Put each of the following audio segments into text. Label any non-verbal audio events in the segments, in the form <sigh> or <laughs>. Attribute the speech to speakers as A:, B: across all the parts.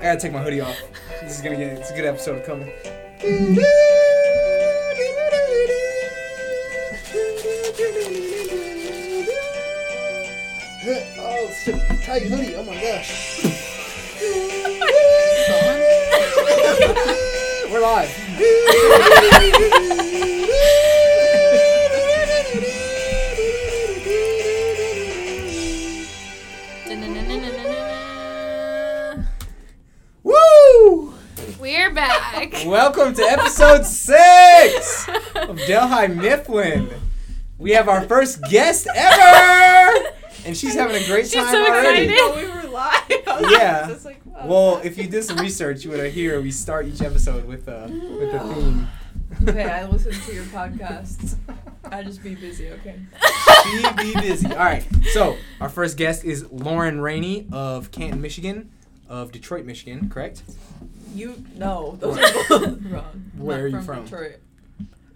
A: gotta take my hoodie off. This is gonna get it's a good episode coming.
B: Oh, it's a tight hoodie. Oh my gosh.
A: We're live. Woo!
C: We're back.
A: Welcome to episode six <laughs> of Delhi Mifflin. We have our first guest ever, and she's having a great
C: She's
A: time
C: so
A: already.
C: excited.
D: While we were live. <laughs> I was
A: Yeah.
D: just like, wow.
A: Well, if you did some research, you would have hear we start each episode with a with a theme.
D: okay, I listen to your podcasts. I just be busy, okay?
A: She be busy. All right. So our first guest is Lauren Rainey of Canton, Michigan, of Detroit, Michigan. Correct?
D: You no, those
A: What? <laughs>
D: are both wrong. I'm
A: Where
D: not
A: are you from?
D: Detroit.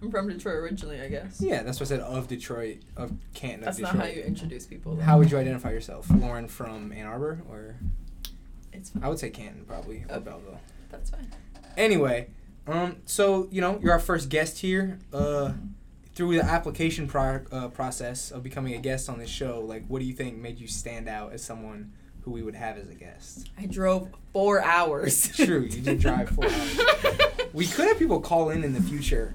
D: I'm from Detroit originally, I guess.
A: Yeah, that's what I said. Of Detroit, of Canton, of
D: That's
A: Detroit.
D: not how you introduce people. Though.
A: How would you identify yourself, Lauren from Ann Arbor, or
D: It's
A: I would say Canton probably or
D: Oh.
A: Belleville.
D: that's fine.
A: Anyway, um, so you know you're our first guest here. Uh, through the application pro- uh, process of becoming a guest on this show, like what do you think made you stand out as someone who we would have as a guest?
D: I drove four hours.
A: True, you did drive four
D: <laughs>
A: hours. We could have people call in in the future,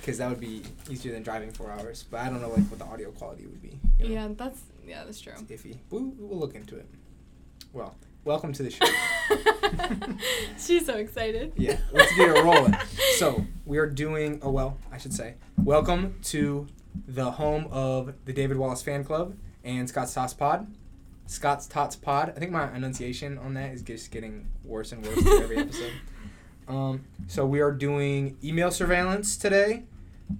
A: because that would be easier than driving four hours. But I don't know like what the audio quality would be. you know?
C: Yeah, that's yeah, that's true. <laughs>
A: It's iffy. We, we'll look into it. Well, welcome to the show.
C: She's so excited.
A: Yeah, let's get it rolling. So we are doing. Oh well, I should say. Welcome to the home of the David Wallace Fan Club and Scott's Tots Pod. Scott's Tots Pod. I think my enunciation on that is just getting worse and worse with every episode. Um, so we are doing email surveillance today,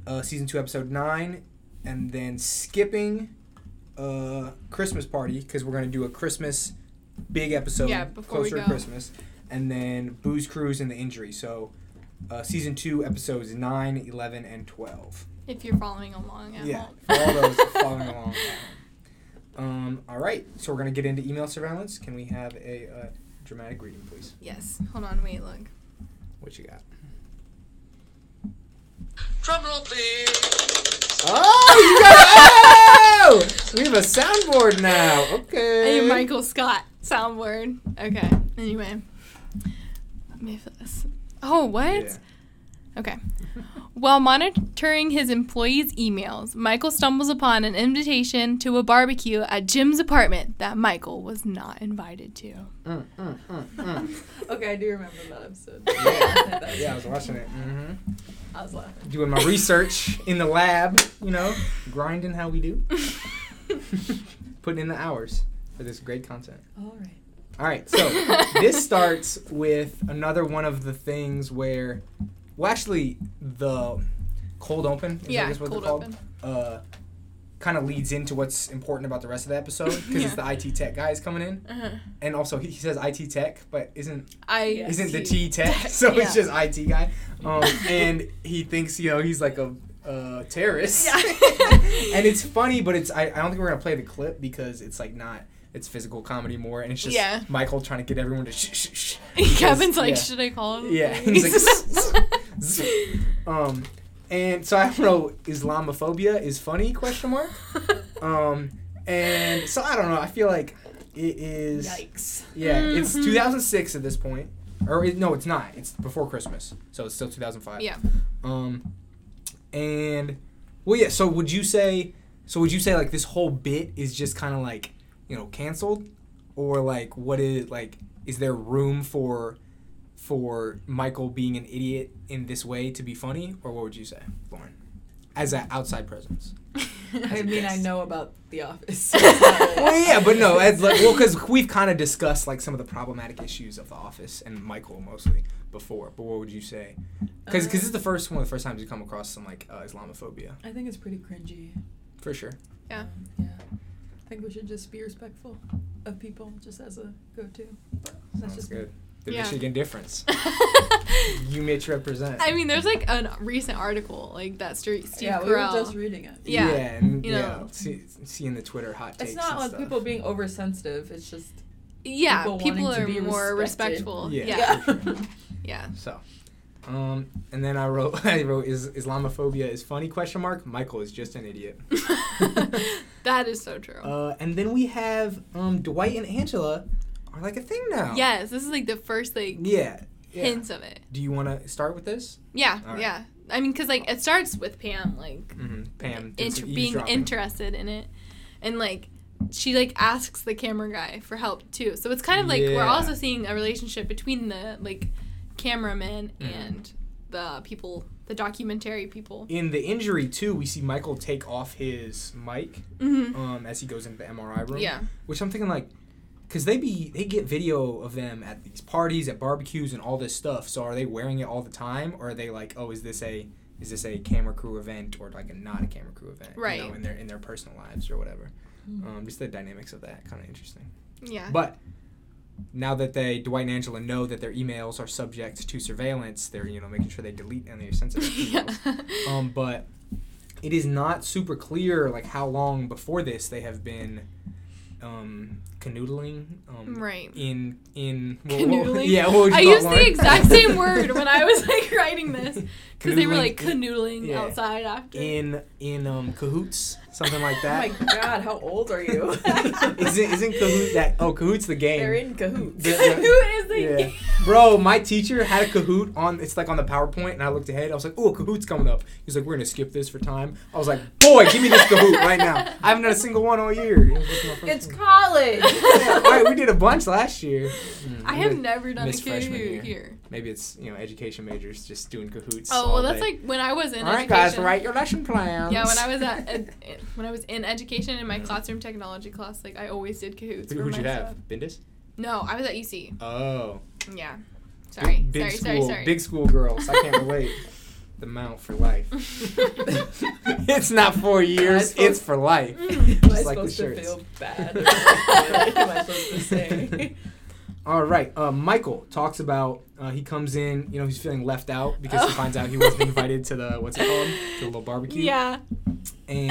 A: uh, season two, episode nine, and then skipping uh, Christmas party because we're gonna do a Christmas big episode
C: Yeah, before we
A: closer to
C: go.
A: Christmas, and then booze cruise and the injury. So uh, season two, episodes 9, 11, and twelve.
C: If you're following along at
A: yeah,
C: home.
A: for all those following along. at home. Um, all right, so we're gonna get into email surveillance. Can we have a uh, dramatic reading, please?
C: <laughs> Yes. Hold on. Wait. Look.
A: What you got?
E: Drumroll, please.
C: <laughs>
A: Oh, you got oh! We have a soundboard now. Okay.
C: Hey, Michael Scott soundboard. Okay. Anyway. Let me for this. Oh, what?
A: Yeah.
C: Okay. While monitoring his employees' emails, Michael stumbles upon an invitation to a barbecue at Jim's apartment that Michael was not
A: <laughs>
C: invited to.
A: Mm, mm, mm, mm.
D: Okay, I do remember that episode. <laughs>
A: Yeah. Yeah, I was watching it. Mm-hmm.
D: I was laughing.
A: Doing my research in the lab, you know, grinding how we do, <laughs> putting in the hours for this great content.
D: All right.
A: All right, <laughs> so this starts with another one of the things where, well, actually, the cold open. Is I
C: yeah,
A: guess what they're called?
C: cold open.
A: uh, kind of leads into what's important about the rest of the episode <laughs> because it's the IT tech guys coming in,
C: Uh-huh.
A: and also he, he says IT tech, but isn't
C: I
D: Yeah.
A: isn't the
D: T
C: <laughs>
A: T tech, <laughs> so it's
C: Yeah.
A: just IT
C: <laughs>
A: guy, um, and he thinks you know he's like a uh, terrorist, <laughs> and it's funny, but it's I, I don't think we're gonna play the clip because it's like not. It's physical comedy more, and it's just
C: Yeah.
A: Michael trying to get everyone to shh shh shh.
C: <laughs> Kevin's like,
A: yeah.
C: should I call him? <laughs>
A: Yeah, he's like, <laughs> zzz, um, and so I don't know. Islamophobia is funny? Question mark. Um, and so I don't know. I feel like it is.
D: Yikes.
A: Yeah, it's
C: Mhm.
A: 2006 at this point, or it, no, it's not. It's before Christmas, so it's still 2005. <laughs>
C: Yeah. <laughs>
A: Um, and well, yeah. So would you say? So would you say like this whole bit is just kind of like you know canceled, or like what is like is there room for for Michael being an idiot in this way to be funny, or what would you say, Lauren, as an outside presence?
D: I
A: a
D: mean, I
A: guest.
D: know about The Office. well,
A: <laughs> well, yeah, but no, it's like, well, because we've kind of discussed like some of the problematic issues of The Office and Michael mostly before. But what would you say? Because this is the first one of the first times you come across some like uh, Islamophobia
D: I think it's pretty cringy. Um,
A: for sure.
C: Yeah.
D: Yeah. I think we should just be respectful of people just as a go to. That's
A: Sounds
D: just
A: good. The
C: Yeah.
A: Michigan
C: <laughs>
A: difference. <laughs> You Mitch represent.
C: I mean, there's like a recent article like that Steve Steve
D: Yeah, we were
C: Carell.
D: just reading it.
C: yeah,
A: and,
C: you
A: yeah.
C: know.
A: See, seeing the Twitter hot takes.
D: It's not
A: and
D: like
A: stuff.
D: people being oversensitive. It's just
C: yeah,
D: People
C: people,
D: wanting to
C: are
D: be
C: more
D: respected.
C: respectful.
A: Yeah.
C: Yeah. yeah.
A: So, um, and then I wrote, <laughs> I wrote, is Islamophobia is funny? Question mark. Michael is just an
C: <laughs>
A: idiot. <laughs>
C: that is so true.
A: Uh, and then we have um, Dwight and Angela are like a thing now.
C: yes, this is like the first like
A: Yeah. yeah.
C: hints of it.
A: Do you want to start with this?
C: Yeah,
A: All right.
C: yeah. I mean, because like it starts with Pam like
A: Mm-hmm. Pam doing
C: inter-
A: some
C: being
A: eavesdropping.
C: interested in it, and like she like asks the camera guy for help too. So it's kind of like we're
A: Yeah.
C: also seeing a relationship between the like cameraman
A: Mhm.
C: and the people, the documentary people.
A: in the injury too, we see Michael take off his mic
C: Mm-hmm.
A: um, as he goes into the MRI room.
C: Yeah,
A: Which I'm thinking like, because they be they get video of them at these parties, at barbecues, and all this stuff. So are they wearing it all the time, or are they like, oh, is this a is this a camera crew event or like a not a camera crew event? You
C: Right.
A: know, in their in their personal lives or whatever. <laughs> Um, just the dynamics of that kind of interesting.
C: yeah.
A: But now that they Dwight and Angela know that their emails are subject to surveillance, they're you know making sure they delete any sensitive emails.
C: <laughs> <laughs> yeah.
A: Um, but it is not super clear like how long before this they have been um, canoodling. Um,
C: right.
A: In in <laughs>
C: Canoodling?
A: yeah, what would you call
C: I
A: it,
C: used the
A: Lauren?
C: exact
A: <laughs>
C: same word when I was like writing this because they were
A: Canoodling
C: like
A: in-
C: canoodling
A: yeah.
C: outside after.
A: in in um, cahoots, something like
D: Oh
A: that.
D: my god, how old
A: <laughs>
D: are you?
A: isn't isn't Kahoot that? Oh, Kahoot's the game.
D: They're in cahoots.
A: The-
C: <laughs> Who
A: the-
C: is the
A: Yeah. <laughs> Bro, my teacher had a Kahoot on. It's like on the PowerPoint, and I looked ahead. I was like, "Oh, Kahoot's coming up." He's like, "We're gonna skip this for time." I was like, "Boy, give me this Kahoot right now! I haven't done a single one all year." It was my first
D: It's
A: one. <laughs>
D: college.
A: Yeah, right. We did a bunch last year. Mm,
C: I
A: we
C: have
A: did-
C: never done a
A: Miss freshman year.
C: Kahoot here.
A: Maybe it's you know education majors just doing Kahoots.
C: Oh well,
A: all
C: that's
A: day.
C: like when I was in.
A: All right, guys,
C: education.
A: write your lesson plans.
C: Yeah, when I was
A: <laughs>
C: at ed- when I was in education in my classroom technology class, like I always did Kahoots.
A: Who,
C: for
A: would you
C: my
A: have?
C: stuff.
A: Bendis.
C: No, I was at UC.
A: Oh.
C: Yeah, sorry,
A: Big
C: sorry,
A: school,
C: sorry, sorry.
A: big school girls. I
C: <laughs>
A: can't relate. The mount for life. <laughs> it's not four years.
D: supposed-
A: It's for life.
D: <laughs> Am I
A: Just <laughs> like the
D: supposed to
A: shirts.
D: feel bad? <laughs> What am I supposed to say?
A: <laughs> All right. Uh, Michael talks about uh, he comes in. You know he's feeling left out because
D: Oh.
A: he finds out he wasn't invited to the what's it
D: <laughs>
A: called to the little barbecue.
C: Yeah,
A: And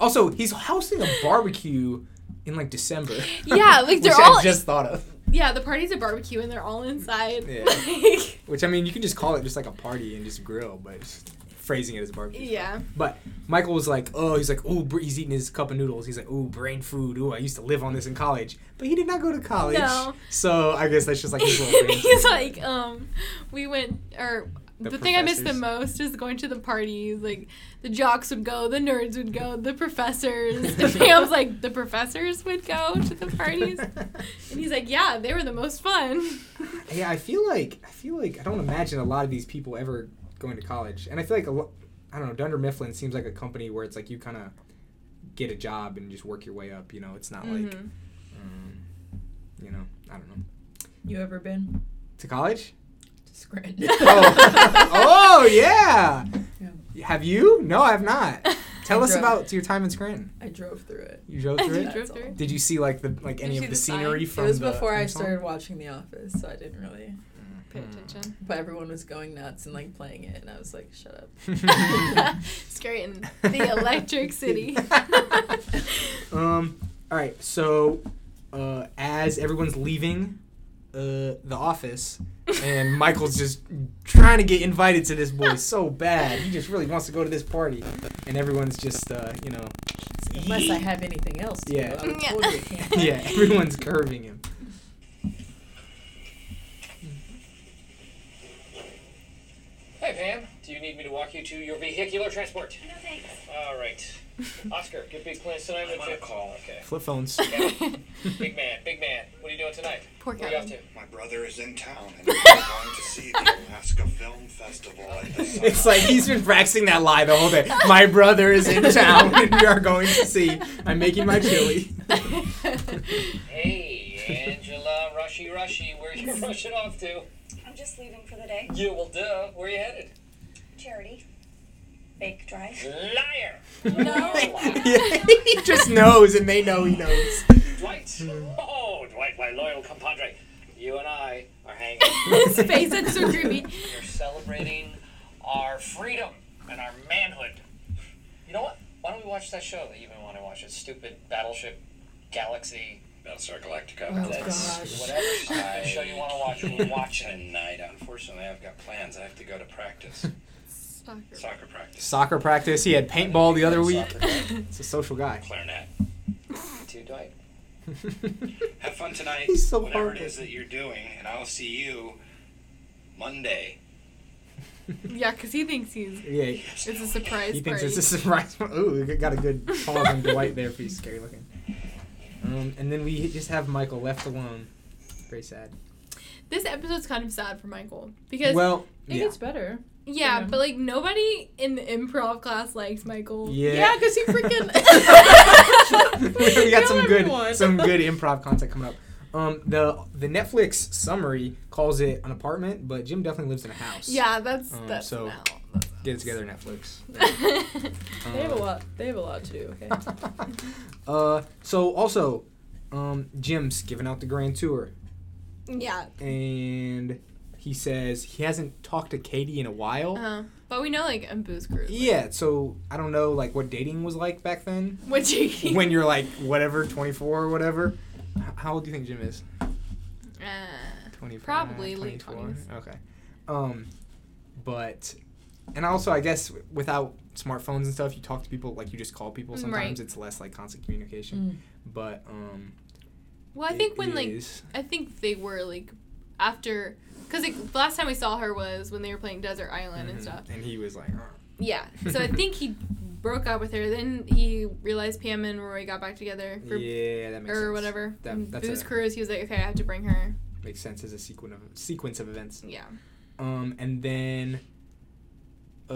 A: also he's hosting a barbecue in like December.
C: yeah,
A: <laughs>
C: like they're
A: which
C: all
A: I just thought of.
C: <laughs> yeah. The party's a barbecue and they're all inside.
A: Yeah.
C: Like,
A: Which I mean you can just call it just like a party and just grill, but it's just phrasing it as a barbecue.
C: yeah.
A: But Michael was like, oh, he's like, oh, he's eating his cup of noodles. He's like, oh, brain food. Oh, I used to live on this in college. But he did not go to college.
C: No.
A: So I guess that's just like
C: <laughs>
A: his little brain
C: he's
A: food.
C: like, um, we went or. The,
A: The
C: thing I miss the
A: professors.
C: most is going to the parties. Like the jocks would go, the nerds would go, the professors.
A: <laughs>
C: Pam's like the professors would go to the parties, and he's like, "Yeah, they were the most fun."
A: <laughs> yeah, I feel like, I feel like, I don't imagine a lot of these people ever going to college. And I feel like, a lo- I don't know, Dunder Mifflin seems like a company where it's like you kind of get a job and just work your way up. You know, it's not like,
C: Mhm.
A: <laughs> um, you know, I don't know.
D: You ever been
A: To
C: <laughs>
A: college?
D: to Scranton?
A: <laughs> Oh, <laughs> oh yeah.
D: Yeah.
A: Have you? No, I have not.
C: <laughs>
A: Tell
D: I
A: us
D: drove-
A: about your time in Scranton.
D: <laughs> I drove through it.
A: You drove
C: And
A: through
C: you
A: it.
D: That's
C: drove
D: all.
C: through.
A: Did you see like the like any
C: you see
A: of the
C: the
A: scenery
C: sign?
A: from?
D: it was
A: the
D: before I
A: theme song? Mm-hmm.
D: started watching The Office, so I didn't really.
C: Pay
A: <laughs>
C: attention. <laughs>
D: But everyone was going nuts and like playing it, and I was like, "Shut up."
A: <laughs>
D: <laughs>
C: Scranton, the electric city. <laughs>
A: um. All right. So, uh, as everyone's leaving, uh, the office, and Michael's just trying to get invited to this boy so bad. He just really wants to go to this party, and everyone's just uh, you know,
D: Unless I have anything else to
A: Yeah.
D: do, I would
C: Yeah.
D: totally can't.
A: <laughs> yeah, everyone's curving him.
F: Hey, Pam. Do you need me to walk you to your vehicular transport? No, thanks. All right. <laughs> Oscar, good big plans tonight. I'm on a call. Okay.
A: Flip phones.
F: Big man, big man. What are you doing tonight?
C: Poor
F: Where are you off
C: Kevin.
F: to?
G: My brother is in town and we're <laughs> going to see the Alaska Film Festival at the
A: <laughs>
G: summer.
A: It's like he's been practicing that lie the whole day. My brother is in town, and we are going to see. I'm making my chili.
F: Hey, Angela, Rushy, Rushy. Where are <laughs> you rushing off to?
H: I'm just leaving for the day.
F: Yeah, well, duh. Where are you headed?
H: Charity. Bake drive.
F: Liar.
A: Yeah, <laughs> he just knows, and they know he knows.
F: Dwight. Oh, Dwight, my loyal compadre. You and I are hanging.
C: His face is so creepy.
F: We're celebrating our freedom and our manhood. You know what? Why don't we watch that show that you've been wanting to watch? It's stupid Battleship Galaxy
G: Battlestar Galactica.
D: Oh,
G: That's
D: gosh.
G: Whatever fucking
F: show
G: show
F: you
G: you
F: wanna
G: want
F: watch,
G: to
F: we'll
G: watch,
F: watch
G: watch
F: it.
G: tonight. Unfortunately, I've got plans. I have to go to practice.
C: Soccer.
G: Soccer practice.
A: Soccer practice. He had paintball the other week.
G: Soccer practice.
A: It's a social guy.
G: Clarinet.
F: To Dwight.
G: Have fun tonight.
A: He's so
G: whatever it
A: heartless.
G: is that you're doing, and I'll see you Monday.
C: Yeah, because he thinks he's.
A: <laughs> yeah,
C: It's a surprise
A: he thinks
C: party.
A: it's a surprise. <laughs> Ooh, we got a good pause on Dwight there for you, scary looking. Um, and then we just have Michael left alone. Very sad.
C: This episode's kind of sad for Michael because
A: Well,
D: It
A: yeah.
D: gets better.
C: yeah,
D: Yeah.
C: but like nobody in the improv class likes Michael.
A: Yeah.
D: Yeah, because he freaking.
A: <laughs>
D: <laughs>
A: we got
D: Kill
A: some good
D: everyone.
A: some
D: <laughs>
A: good improv content coming up. Um, the the Netflix summary calls it an apartment, but Jim definitely lives in a house.
C: Yeah, that's
A: Um,
C: that's
A: so-
C: now.
A: Get it together, Netflix. Um,
D: They have a lot. They have a lot to do.
A: <laughs>
D: Okay.
A: uh, so also, um, Jim's giving out the grand tour,
C: <laughs> yeah,
A: and he says he hasn't talked to Katie in a while.
C: uh, but we know like a booze cruise.
A: Yeah, so I don't know like what dating was like back then
C: What you? <laughs>
A: when you're like whatever 24 or whatever. H- How old do you think Jim is?
C: uh,
A: 25,
C: Probably late
A: 24?
C: 20s.
A: Okay. Um, but, and also, I guess w- without smartphones and stuff, you talk to people, like you just call people.
C: Mm,
A: Sometimes
C: right. Mm.
A: it's less like constant communication. But, um,
C: well, I
A: it
C: think when like
A: is-
C: I think they were like after because like, the last time we saw her was when they were playing Desert Island and
A: Mhm.
C: stuff.
A: And he was like, "Ugh."
C: Yeah, so I
A: <laughs>
C: think he broke up with her. Then he realized Pam and Roy got back together for
A: yeah, that makes sense.
C: or whatever.
A: That-
C: and
A: that's
C: booze
A: a-
C: cruise. He was like, okay, I have to bring her.
A: Makes sense as a sequence of sequence of events.
C: Yeah.
A: Um, and then, uh,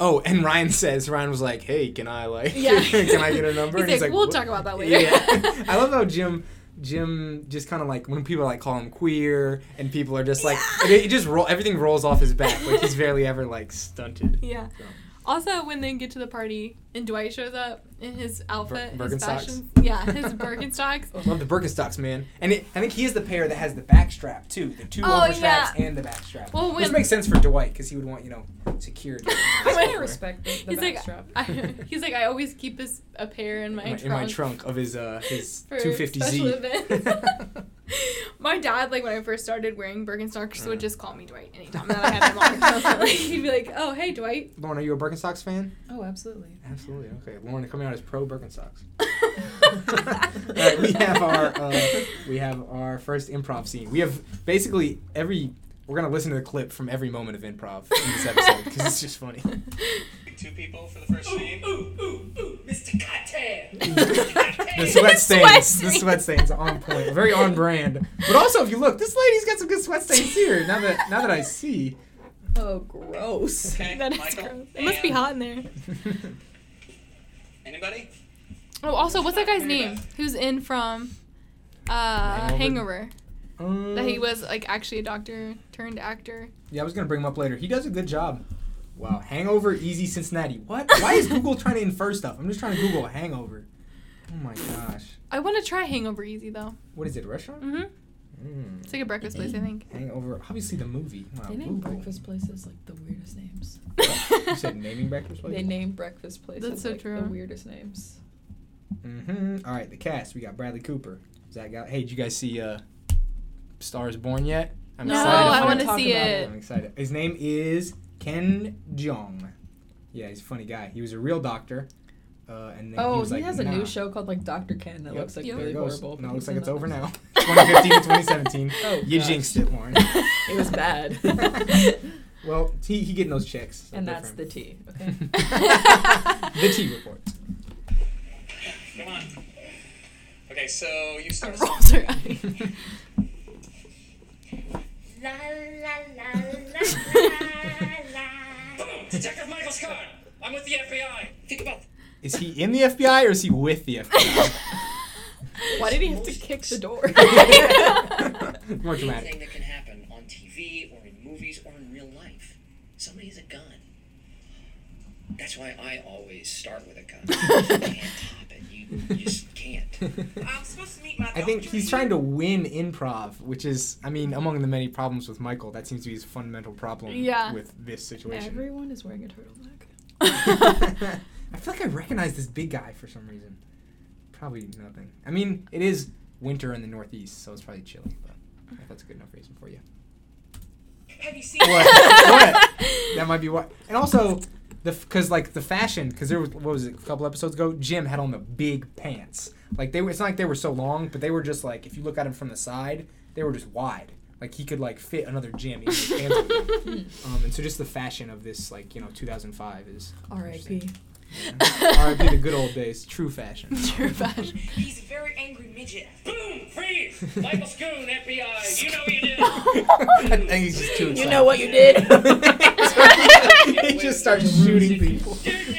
A: oh, and Ryan says Ryan was like, "Hey, can I like,
C: Yeah.
A: <laughs> can I get a number?"
C: <laughs> He's
A: and
C: like, "We'll
A: "What?"
C: talk about that later." <laughs>
A: Yeah, I love how Jim. Jim just kind of like when people like call him queer and people are just like
C: Yeah.
A: it, it just roll everything rolls off his back like he's barely ever like stunted.
C: Yeah.
A: So.
C: Also, when they get to the party and Dwight shows up in his outfit,
A: Bir-
C: his
A: Birkenstocks?
C: fashion, yeah, his Birkenstocks. <laughs>
A: Love the Birkenstocks, man, and it, I think he is the pair that has the back strap too, the two
C: Oh,
A: overstraps
C: yeah.
A: and the back strap,
C: Well,
A: which
C: when-
A: makes sense for Dwight because he would want you know
C: <laughs>
A: security.
D: I kind of respect the, the
C: He's like,
D: backstrap.
C: I, he's like, I always keep this a pair in my
A: in my,
C: trunk.
A: in my trunk of his
C: <laughs>
A: uh his
C: for
A: 250Z.
C: special events. <laughs> my dad, like when I first started wearing Birkenstocks,
D: Mm.
C: would just call me Dwight anytime that I had
D: <laughs>
C: him on. like, <laughs> he'd be like, "Oh, hey, Dwight."
A: <laughs> <laughs> Lauren, are you a Birkenstocks fan?
D: oh, absolutely.
A: Absolutely. Okay, Lauren coming out as pro Birkenstocks. <laughs> All right, we have our
C: <laughs>
A: uh, we have our first improv scene. We have basically every we're gonna listen to the clip from every moment of improv in this episode because it's just
C: <laughs>
A: funny.
G: Two people for the first
F: Oh,
G: scene.
A: The sweat stains,
C: Sweat
A: the <laughs>
C: stains.
A: sweat stains are on point, very on brand. But also, if you look, this lady's got some good sweat stains here. Now that now that I see,
D: Oh, gross.
G: Okay,
C: <laughs> That is
G: Michael.
C: gross. It must be
G: and-
C: hot in there.
G: Anybody?
C: Oh, also, what's that guy's name? Who's in from uh,
A: Hangover?
C: Hangover?
A: um,
D: Mm.
C: That he was like actually a doctor turned actor.
A: Yeah, I was gonna bring him up later. He does a good job. Wow, Hangover, Easy Cincinnati. What? Why is Google trying to infer stuff? I'm just trying to Google Hangover. Oh my gosh,
C: I want to try Hangover Easy though.
A: what is it? a Restaurant?
C: hmm
A: Mm.
C: It's like a breakfast place, I
D: Mm-hmm. <laughs>
C: think.
A: Hangover, obviously the movie. Wow,
D: They name
A: Google.
D: breakfast places like the weirdest names.
A: You said naming breakfast
D: <laughs> They
A: place.
D: name breakfast places
C: so
D: like
C: true.
D: the weirdest names.
A: Mm-hmm. All right, the cast. We got Bradley Cooper. Zach. Gal- hey, did you guys see uh, Stars Born yet? I'm
C: no,
D: excited
C: I
D: for
C: want
D: it.
C: to
D: Talk
C: see
D: about
C: it.
A: I'm excited. His name is Ken Jeong. Yeah, he's a funny guy. He was a real doctor. Uh, and then
D: Oh,
A: he,
D: he,
A: was like,
D: has a
A: "Nah."
D: new show called like Doctor Ken that
A: Yep.
D: looks like
C: Yep.
A: There
D: really
A: it goes.
D: horrible.
A: No, it
D: but
A: looks
D: he's
A: like
D: in
A: it's
D: that
A: over
D: episode.
A: now.
D: <laughs>
A: 2015 to 2017.
D: Oh,
A: you
D: gosh.
A: jinxed it, Lauren.
D: It was bad. <laughs>
A: well, he, he getting those checks. so
D: and
A: good
D: that's
A: for
D: the
A: him.
D: T.
A: <laughs>
D: Okay. <laughs>
A: The T report.
F: Come on. Okay, so you start.
C: <laughs> Rolls her eyes.
H: La la la la la la.
F: Boom! Detective Michael's card. I'm with the FBI. Think about.
A: Is he in the FBI or is he with the FBI?
D: <laughs> Why did he have to kick the <laughs> door? <laughs>
A: More dramatic.
F: Anything that can happen on TV or in movies or in real life. Somebody has a gun. That's why I always start with a gun. you
A: <laughs>
F: can't top it. You, you just can't.
E: I'm supposed to meet my
A: I think he's trying to win improv, which is, I mean, among the many problems with Michael, that seems to be his fundamental problem
C: Yeah.
A: with this situation.
D: Everyone
A: <laughs>
D: is wearing a turtleneck.
A: I feel like I recognize this big guy for some reason. Probably nothing. I mean, it is winter in the Northeast, so it's probably chilly. But I think that's a good enough reason for you.
H: Have you seen
A: <laughs> What? what? That might be what. And also, the because like the fashion, because there was what was it a couple episodes ago, Jim had on the big pants. Like they were, it's not like they were so long, but they were just like if you look at them from the side, they were just wide. Like he could like fit another Jim in his pants. with them. <laughs> Um, and so just the fashion of this like you know 2005 is
D: R.I.P.
A: <laughs> R.I.P. the good old days, true
D: <laughs>
A: fashion.
C: True fashion.
H: He's a very angry midget.
F: Boom! Freeze!
A: <laughs>
F: Michael Schoon, FBI! You know what you did!
A: I think he's just too excited.
D: You know what you did?
A: <laughs> he just starts shooting people.
F: Yeah.
G: <laughs>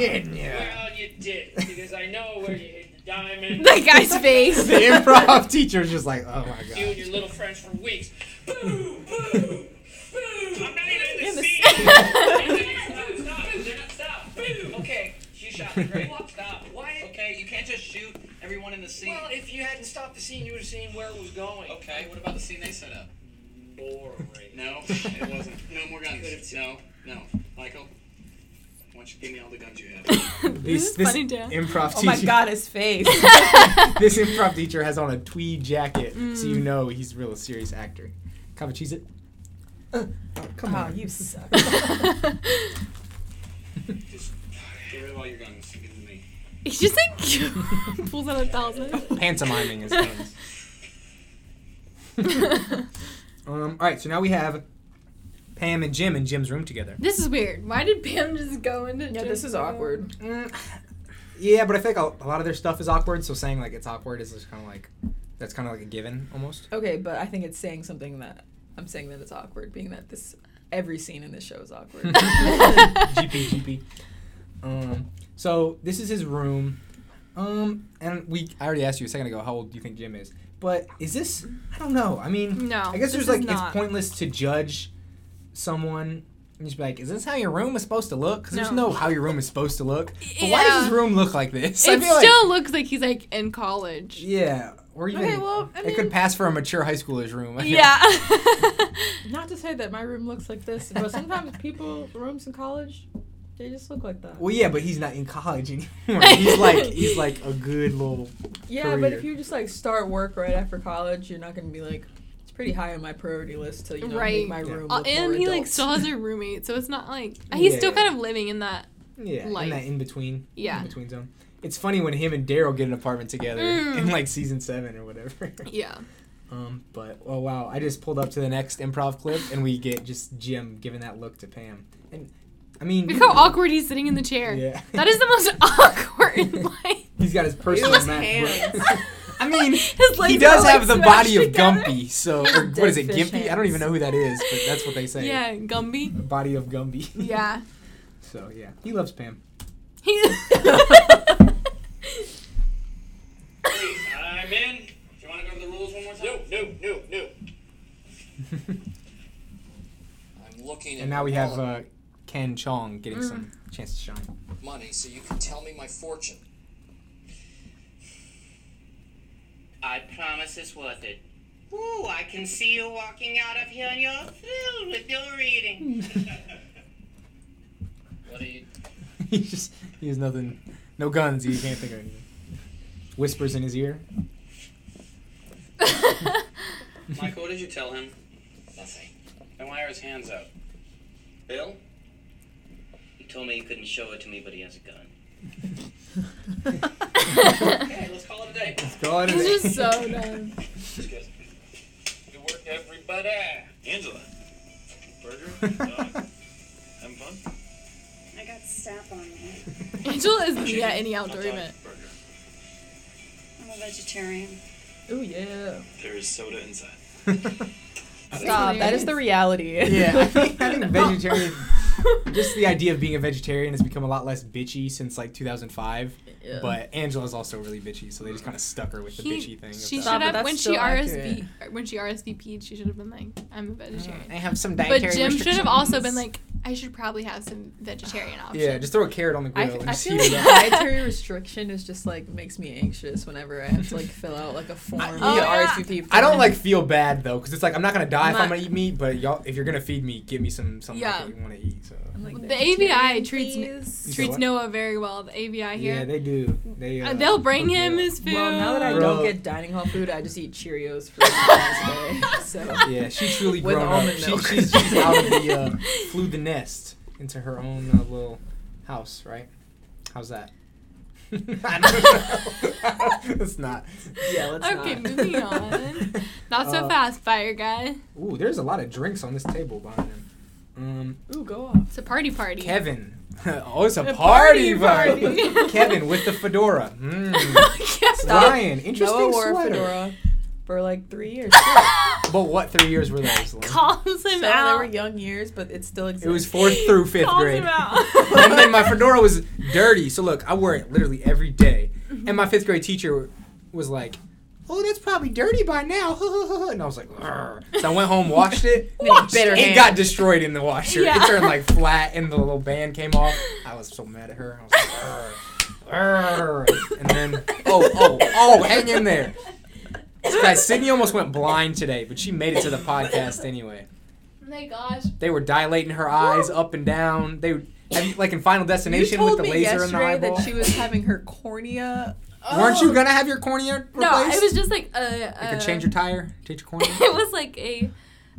A: Yeah.
F: Well, you did, because I know where you hid the
D: <laughs>
F: diamond.
C: The guy's face.
A: The improv teacher's just like, oh my
F: You and
A: god.
F: your little friends for weeks. Boo! Boo! Boo! I'm not even in
D: In
F: the
D: the
F: scene! Stop, stop, they're not- stop. Boo! Okay, you shot me, great. Stop. What?
I: Okay, you can't just shoot everyone in the scene.
F: Well, if you hadn't stopped the scene, you would have seen where it was going.
I: okay, what about the scene they set up?
F: Boring.
I: No, it wasn't. No more guns. No, no. Michael, why don't you give me all the guns you have?
A: This,
C: is funny, Dan.
A: improv
J: Oh
A: teacher.
J: my god, his
D: <laughs>
J: face.
A: This improv teacher has on a tweed jacket, so you know he's real a serious actor. Cover cheese it. Uh, oh, come
J: oh,
A: on.
D: <laughs>
J: you
I: just
J: suck.
I: get rid of all your guns. Give them to me.
C: He just like <laughs> pulls out a thousand.
A: Pantomiming his hands. um, all right, so now we have Pam and Jim in Jim's room together.
C: This is weird. Why did Pam just go into?
D: Yeah, this is awkward.
A: Mm, yeah, but I think a, a lot of their stuff is awkward, so saying like it's awkward is just kind of like that's kind of like a given
C: <laughs>
A: almost.
D: Okay, but I think it's saying something that I'm saying that it's awkward, being that this every scene in this show is <laughs> awkward.
A: GP GP. Um, so this is his room. Um, and we I already asked you a second ago how old do you think Jim is? But is this? I don't know. I mean,
C: No,
A: I guess
C: this
A: there's like
C: is
A: it's
C: not.
A: pointless to judge someone. And just be like, is this how your room is supposed to look? Because there's
C: No.
A: no how your room is supposed to look. But why does
C: Yeah.
A: his room look like this? <laughs> I
C: It
A: feel like-
C: still looks like he's like in college.
A: yeah. Or even
C: Okay, well, I
A: it could
C: mean-
A: pass for a mature high schooler's room. <laughs>
C: Yeah. <laughs>
D: Not to say that my room looks like this, but <laughs> sometimes people rooms in college, they just look like that.
A: Well, yeah, but he's not in college <laughs>
C: <laughs>
A: anymore. he's like he's like a good little.
D: Yeah, but if
A: career.
D: you just like start work right after college, you're not gonna be like it's pretty high on my priority list to you know
C: Right.
D: make my
A: Yeah.
D: room.
C: Uh,
D: Look
C: and
D: more
C: he like
D: adult.
C: still has a roommate, so it's not like he's
A: Yeah,
C: still
A: yeah.
C: kind of living in that.
A: Yeah, in
C: Life.
A: that in between.
C: Yeah.
A: in between zone. It's funny when him and Daryl get an apartment together
C: Mm.
A: in like season seven or whatever.
C: <laughs> Yeah.
A: um, but oh wow, I just pulled up to the next improv clip and we get just Jim giving that look to Pam, and I mean,
C: Look how awkward he's sitting in the chair.
A: yeah,
C: That is the most awkward. <laughs> Like
A: <laughs> he's got his personal
J: his
A: Mac
J: hands.
A: Bro- <laughs> I mean,
C: his legs
A: he does
C: are, like,
A: have the body of
C: smashed together.
A: Gumpy, so <laughs> or what is it,
D: Dead fish
A: Gimpy? I don't even know who that is, but that's what they say.
C: Yeah, Gumby.
A: The body of <laughs> Gumby.
C: Yeah.
A: so yeah, he loves Pam.
C: He.
I: I'm in. Do you want to go to the rules one more time?
F: No, no, no, no.
I: I'm looking
A: and now we have uh, Ken Chong getting some chance to shine. <laughs>
I: money so you can tell me my fortune.
F: I promise it's worth it. Ooh, I can see you walking out of here and you're filled with your reading.
I: What are you?
A: he just he has nothing, no guns. He can't think of anything. Whispers in his ear. <laughs>
I: Michael, what did you tell him?
F: Nothing.
I: Then why are his hands up?
F: Bill? He told me he couldn't show it to me, but he has a gun.
I: Okay, let's call it a day.
A: Call it a
C: He's
A: day.
C: just so dumb.
F: Good work, everybody.
G: Angela.
A: <laughs>
G: Burger. Dog. Having fun?
H: I got sap on me.
A: <laughs>
C: Angela isn't yet any outdoor
G: Hot dog,
C: event.
G: Burger.
H: I'm a vegetarian.
D: Oh yeah.
G: There is soda inside.
D: Stop. That is the reality.
A: yeah, I think, I think <laughs>
D: <laughs>
A: vegetarian. Just the idea of being a vegetarian has become a lot less bitchy since like 2005.
D: Yeah.
A: But Angela's also really bitchy, so they just kind of stuck her with the
C: He-
A: bitchy thing. of
C: she
A: the-
D: Stop,
C: should
D: but
C: have
D: that's
C: when she
D: still
C: RSV when she RSVP'd she should have been like I'm a vegetarian.
A: I have some
C: But
A: dietary
C: Jim should have also been
A: restrictions.
C: like I should probably have some
A: <sighs>
C: vegetarian options.
A: Yeah, just throw a carrot on the
D: I,
A: grill
D: f-
A: and
D: I
A: just
D: feel
A: heat
D: like
A: it up.
C: <laughs>
D: dietary restriction is just like makes me anxious whenever I have to like fill out like a form. to
C: Oh, yeah.
D: RSVP
A: I don't
D: form.
A: like feel bad though, because it's like I'm not gonna die if
D: Not-
A: I'm gonna eat meat, but y'all, if you're gonna feed me, give me some something
C: Yeah.
A: that you want to eat. So
D: I'm like
C: The
D: vegetarian,
C: AVI treats n-
D: please.
A: You
C: treats
A: what?
C: Noah very well. The AVI here,
A: yeah, they do. They
C: Uh,
A: uh,
C: they'll bring
A: hook you
C: him
A: up.
C: his <laughs> food.
D: Well, now that I
A: Bro.
D: don't get dining hall food, I just eat Cheerios for the rest of the
A: <laughs>
D: day. So
A: Yeah, she's truly
D: With
A: grown up.
D: almond
A: She,
D: milk.
A: she's, she's out of the
D: <laughs>
A: uh, flew the nest into her own uh, little house, right? How's that? <laughs> I don't know. <laughs> it's not.
D: yeah, let's
C: Okay,
D: not.
C: moving
A: <laughs>
C: on. Not so
A: Uh,
C: fast, fire guy.
A: Ooh, there's a lot of drinks on this table behind him. Um,
D: Ooh, go off.
C: It's a party party.
A: Kevin. <laughs> oh, it's a,
D: A
A: party
D: party
A: party. <laughs>
D: party.
A: Kevin with the fedora.
C: <laughs>
A: Mm.
D: Stop.
A: Ryan,
D: Noah
A: interesting
D: wore a
A: sweater.
D: fedora for like three years.
A: But what three years were those? Lynn?
C: calls him
D: so they
C: out.
D: were young years, but it still exists.
A: It was fourth through fifth
C: calls
A: grade.
C: him out.
A: <laughs> and then my fedora was dirty. So look, I wore it literally every day. And my fifth grade teacher was like, "Oh, that's probably dirty by now." <laughs> and I was like, "Grr." so I went home, washed it.
D: Washed bit her
A: it
D: hand.
A: got destroyed in the washer.
C: Yeah.
A: It turned like flat, and the little band came off. I was so mad at her. I was like, "Grr." Grr." and then oh oh oh, hang in there. This guy Sydney almost went blind today, but she made it to the podcast anyway.
C: Oh my gosh.
A: They were dilating her eyes up and down. They have you, like in Final
D: You
A: Destination
D: told
A: with the
D: me
A: laser in the
D: yesterday
A: eyeball.
D: that she was Oh. having her <laughs> cornea.
A: Weren't you gonna have your cornea replaced?
C: No, it was just like a.
A: Like
C: a-
D: uh,
A: a
C: <laughs>
A: change your tire, change your
D: <laughs>
A: cornea.
C: it was like a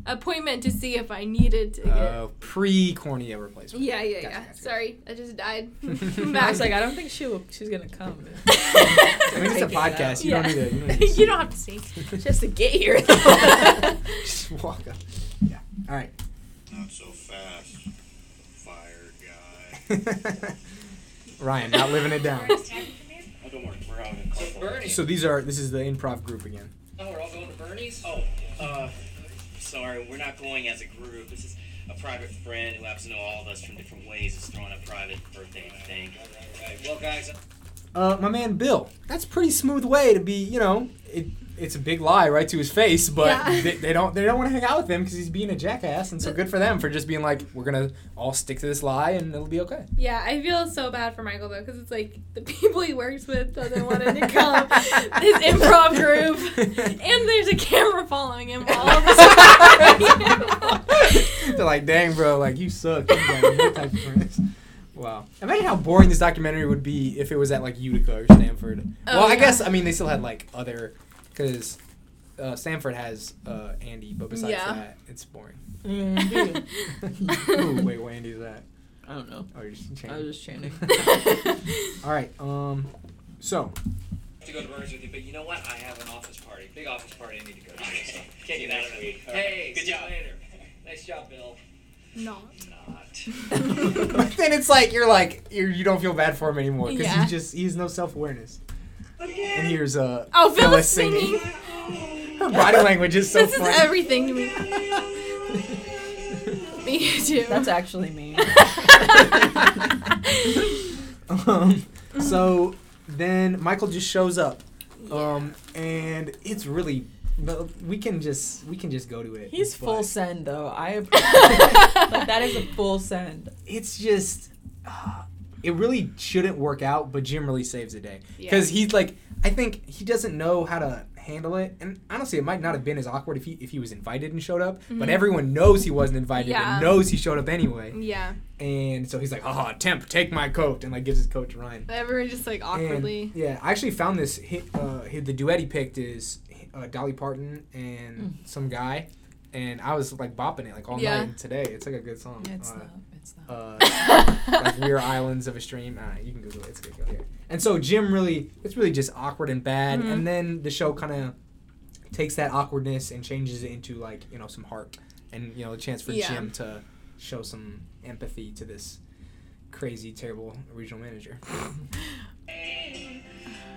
C: appointment to see if I needed to get.
A: uh, pre cornea replacement.
C: yeah, yeah, yeah.
A: gotcha, gotcha.
C: Sorry, I just died.
A: <laughs>
C: <laughs>
D: I was like, I don't think she will, she's gonna
A: I
D: come.
A: mean, it's a
D: Taking it
A: podcast.
D: out.
A: You
C: Yeah.
A: don't need to. You don't need
D: <laughs>
A: to
C: you don't have to see.
D: Just to get here.
A: <laughs> just walk up. Yeah. All right. <laughs>
G: Not so fast, fire guy.
A: Ryan, not living it
D: <laughs>
A: down.
I: Oh, don't worry, we're out in a
F: So
I: couple.
F: Bernie.
A: So these are this is the improv group again.
F: oh, we're all going to Bernie's.
I: Oh, uh, sorry, we're not going as a group. This is a private friend who happens to know all of us from different ways is throwing a private birthday thing.
F: All right, all right. Well, guys,
A: Uh, my man Bill. That's a pretty smooth way to be. You know, it, it's a big lie right to his face, but
C: Yeah.
A: they, they don't they don't want to hang out with him because he's being a jackass, and so good for them for just being like, we're gonna all stick to this lie and it'll be okay.
C: Yeah, I feel so bad for Michael though, because it's like the people he works with doesn't want him
A: <laughs>
C: to come. His improv group, and there's a camera following him all over.
A: They're like, dang, bro, like you suck. You got no type of friends. Wow. Imagine how boring this documentary would be if it was at like Utica or Stanford.
C: Oh,
A: well, I
C: yeah.
A: guess I mean they still had like other, because uh, Stanford has uh, Andy, but besides
C: Yeah.
A: that, it's boring. Mm-hmm.
D: <laughs> Mm,
A: Ooh, wait, what Andy's that?
D: I don't know.
A: Oh, you're just
D: I was just chanting.
C: <laughs>
A: All right. Um. So
F: I have to go to Bernie's with you, but you know what? I have an office party, big office party. I need to go to.
I: <laughs>
F: so
I: Can't
F: see you
I: get out
F: next
I: of
F: week.
I: it.
F: Hey,
I: Good
F: see you
I: job.
F: Later. Nice job, Bill.
C: Not.
F: Not.
A: but then it's like you're like you're, you don't feel bad for him anymore because
C: Yeah.
A: he just he has no self awareness. And here's uh
C: Oh, Phyllis singing.
A: Her body language is so
C: this
A: funny.
C: is everything <laughs> to me. me too.
D: <laughs>
C: <laughs>
D: That's actually me.
A: Um, so then Michael just shows up, um, and it's really but we can just we can just go to it.
D: He's
A: but
D: full send though. I <laughs> appreciate like that is a full send.
A: It's just uh, it really shouldn't work out, but Jim really saves the day
C: Yeah.
A: because he's like I think he doesn't know how to handle it, and honestly, it might not have been as awkward if he if he was invited and showed up, but everyone knows he wasn't invited
C: Mm-hmm. Yeah.
A: and knows he showed up anyway,
C: yeah,
A: and so he's like, "Ah, temp, take my coat," and like gives his coat to Ryan.
C: everyone just like
A: And,
C: awkwardly.
A: yeah, I actually found this hit. Uh, hit the duet he picked is uh, Dolly Parton and some guy, and I was like bopping it like all
C: Mm. Yeah.
A: night and today. It's like a good song.
D: It's
A: uh,
D: not. It's not.
C: <laughs>
A: Uh, like we are islands of a stream. Uh, you can Google it. It's a good go here. And so Jim really, it's really just awkward and bad. And then the show kind of takes that awkwardness and changes it into like you know some heart and you know a chance for
C: Yeah.
A: Jim to show some empathy to this crazy, terrible regional manager.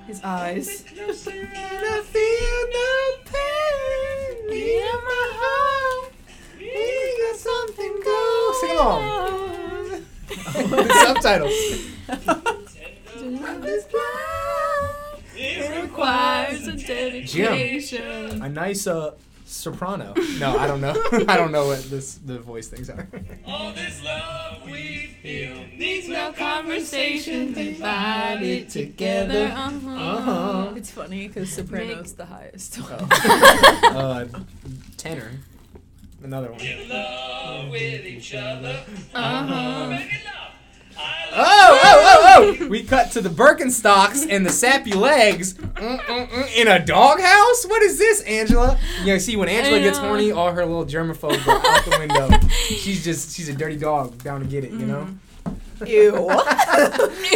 D: His eyes.
A: And I feel no pain in my heart. We got something going. Sing along. With <laughs> subtitles.
C: Requires a
A: Jim.
C: dedication.
A: A nice uh, soprano. No, I don't know. <laughs> I don't know what this the voice things are.
I: All this love we feel needs
C: Needs no
I: no
C: conversation, they find it
A: together.
C: Uh-huh.
A: Uh-huh.
D: It's funny because Soprano's the highest.
A: <laughs> Uh, tenor. Another one.
I: in love with each other.
C: Uh-huh.
I: Making love. I love
A: Oh, oh, oh, oh! We cut to the Birkenstocks and the sappy legs mm, mm, mm, in a doghouse? What is this, Angela? You know, see, when Angela
C: I
A: gets
C: know.
A: horny, all her little germaphobes are out the window. She's just, she's a dirty dog, down to get it, you <laughs>
C: Mm.
A: know?
D: <laughs> Ew.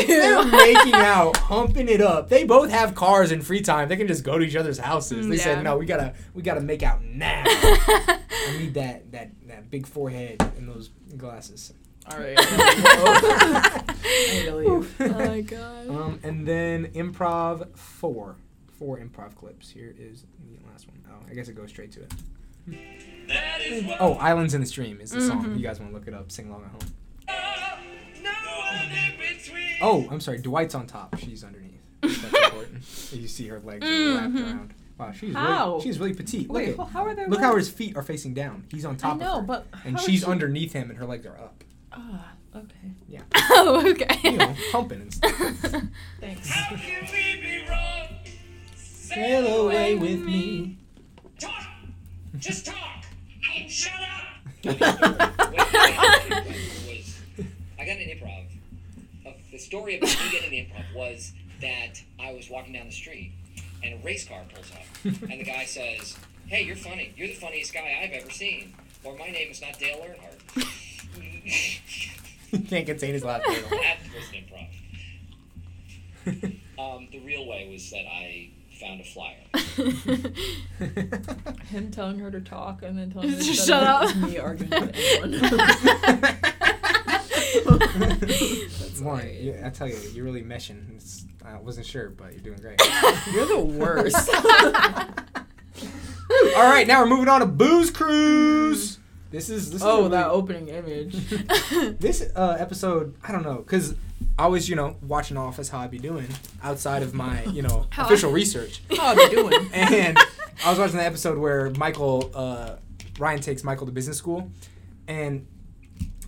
A: They're making out, humping it up. They both have cars and free time. They can just go to each other's houses. They
C: Yeah.
A: said, no, we gotta, we gotta make out
C: <laughs>
A: now. I need that, that, that big forehead and those glasses.
D: All right. <laughs> I need to <laughs> leave.
C: Oh my god.
A: Um, and then improv four, four improv clips. Here is the last one. Oh, I guess it goes straight to it.
I: that is what
A: Oh, Islands in the Stream is the song.
D: Mm-hmm.
A: You guys want to look it up, sing along at home.
I: no one in between.
A: Oh, I'm sorry. Dwight's on top. She's
D: <laughs>
A: underneath. That's important. You see her legs are wrapped around. Wow, she's
D: Mm-hmm. How?
A: really, she's really petite.
D: Wait,
A: look at,
D: how are they?
A: look how his feet are facing down. He's on top
D: I know,
A: of her,
D: but
A: and
D: how
A: she's
D: is she-
A: underneath him, and her legs are up.
D: Ah, okay.
C: <laughs> Oh, okay.
A: You
D: <laughs>
A: know, humping and stuff. <laughs>
D: Thanks.
I: How can we be wrong?
A: Sail away with me.
I: Talk. Just talk. And shut up.
D: <laughs>
F: wait, wait. I got an improv. Uh, The story about me getting the improv was that I was walking down the street and a race car pulls up, and the guy says, "Hey, you're funny. You're the funniest guy I've ever seen." Or my name is not Dale Earnhardt.
A: he <laughs> can't contain his laughter. at all.
F: that was an improv. Um, the real way was that I found a flyer.
C: <laughs>
A: <laughs>
D: <laughs> Him telling her to talk and then telling her to shut,
C: Just
D: up.
C: shut
D: is Me arguing with anyone.
A: Lauren, you, I tell you, you're really meshing. It's, I wasn't sure, but <laughs> you're doing great. <laughs>
D: You're the worst.
A: All right, now we're moving on to Booze Cruise. This is this.
D: <laughs> oh,
A: is
D: that opening image.
A: <laughs> this uh, episode. I don't know, cause I was you know watching Office how I be doing outside of my you know
C: How I-
A: official research,
D: How are you doing?
A: and I was watching the episode where Michael uh, Ryan takes Michael to business school, and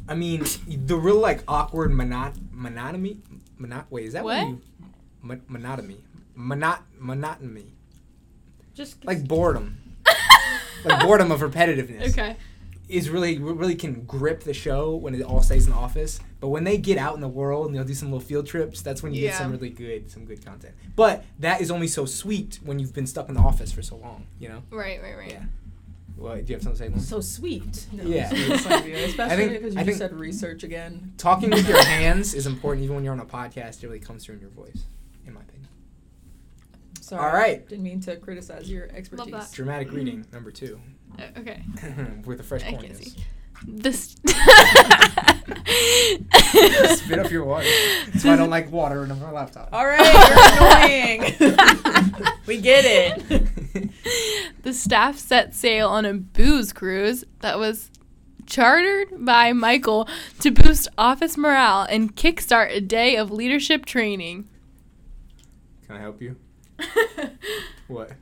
A: I mean the real like awkward monot monotony monot. Wait, is that
C: What?
A: when you mon- monotony monot monotony?
D: <laughs> Just
A: like boredom, like boredom of repetitiveness,
C: <laughs> okay.
A: is really really can grip the show when it all stays in the office. But when they get out in the world and they'll do some little field trips, that's when you get some
C: Yeah.
A: really good some good content. But that is only so sweet when you've been stuck in the office for so long, you know.
C: Right, right, right.
A: Yeah. Well, do you have something to say? Lauren?
D: <laughs> so sweet. No,
A: Yeah.
D: it's really sweet of
A: <laughs>
D: you, especially
A: think-
D: because
A: I
D: you
A: think-
D: just said research again.
A: Talking with your hands is important, even when you're on a podcast. It really comes through in your voice, in my opinion.
D: Sorry.
A: All right.
D: Didn't mean to criticize your expertise.
C: that.
A: Dramatic reading number two, <laughs>
C: Uh, okay.
A: with a fresh
C: I
A: corn.
C: can
A: is.
C: see. This. <laughs>
A: <laughs> Spit up your water. That's why I don't like water in my laptop.
D: All right, you're annoying. <laughs> we get
A: <laughs>
D: it.
C: the staff set sail on a booze cruise that was chartered by Michael to boost office morale and kickstart a day of leadership
D: <laughs>
C: training.
A: Can I help you? What?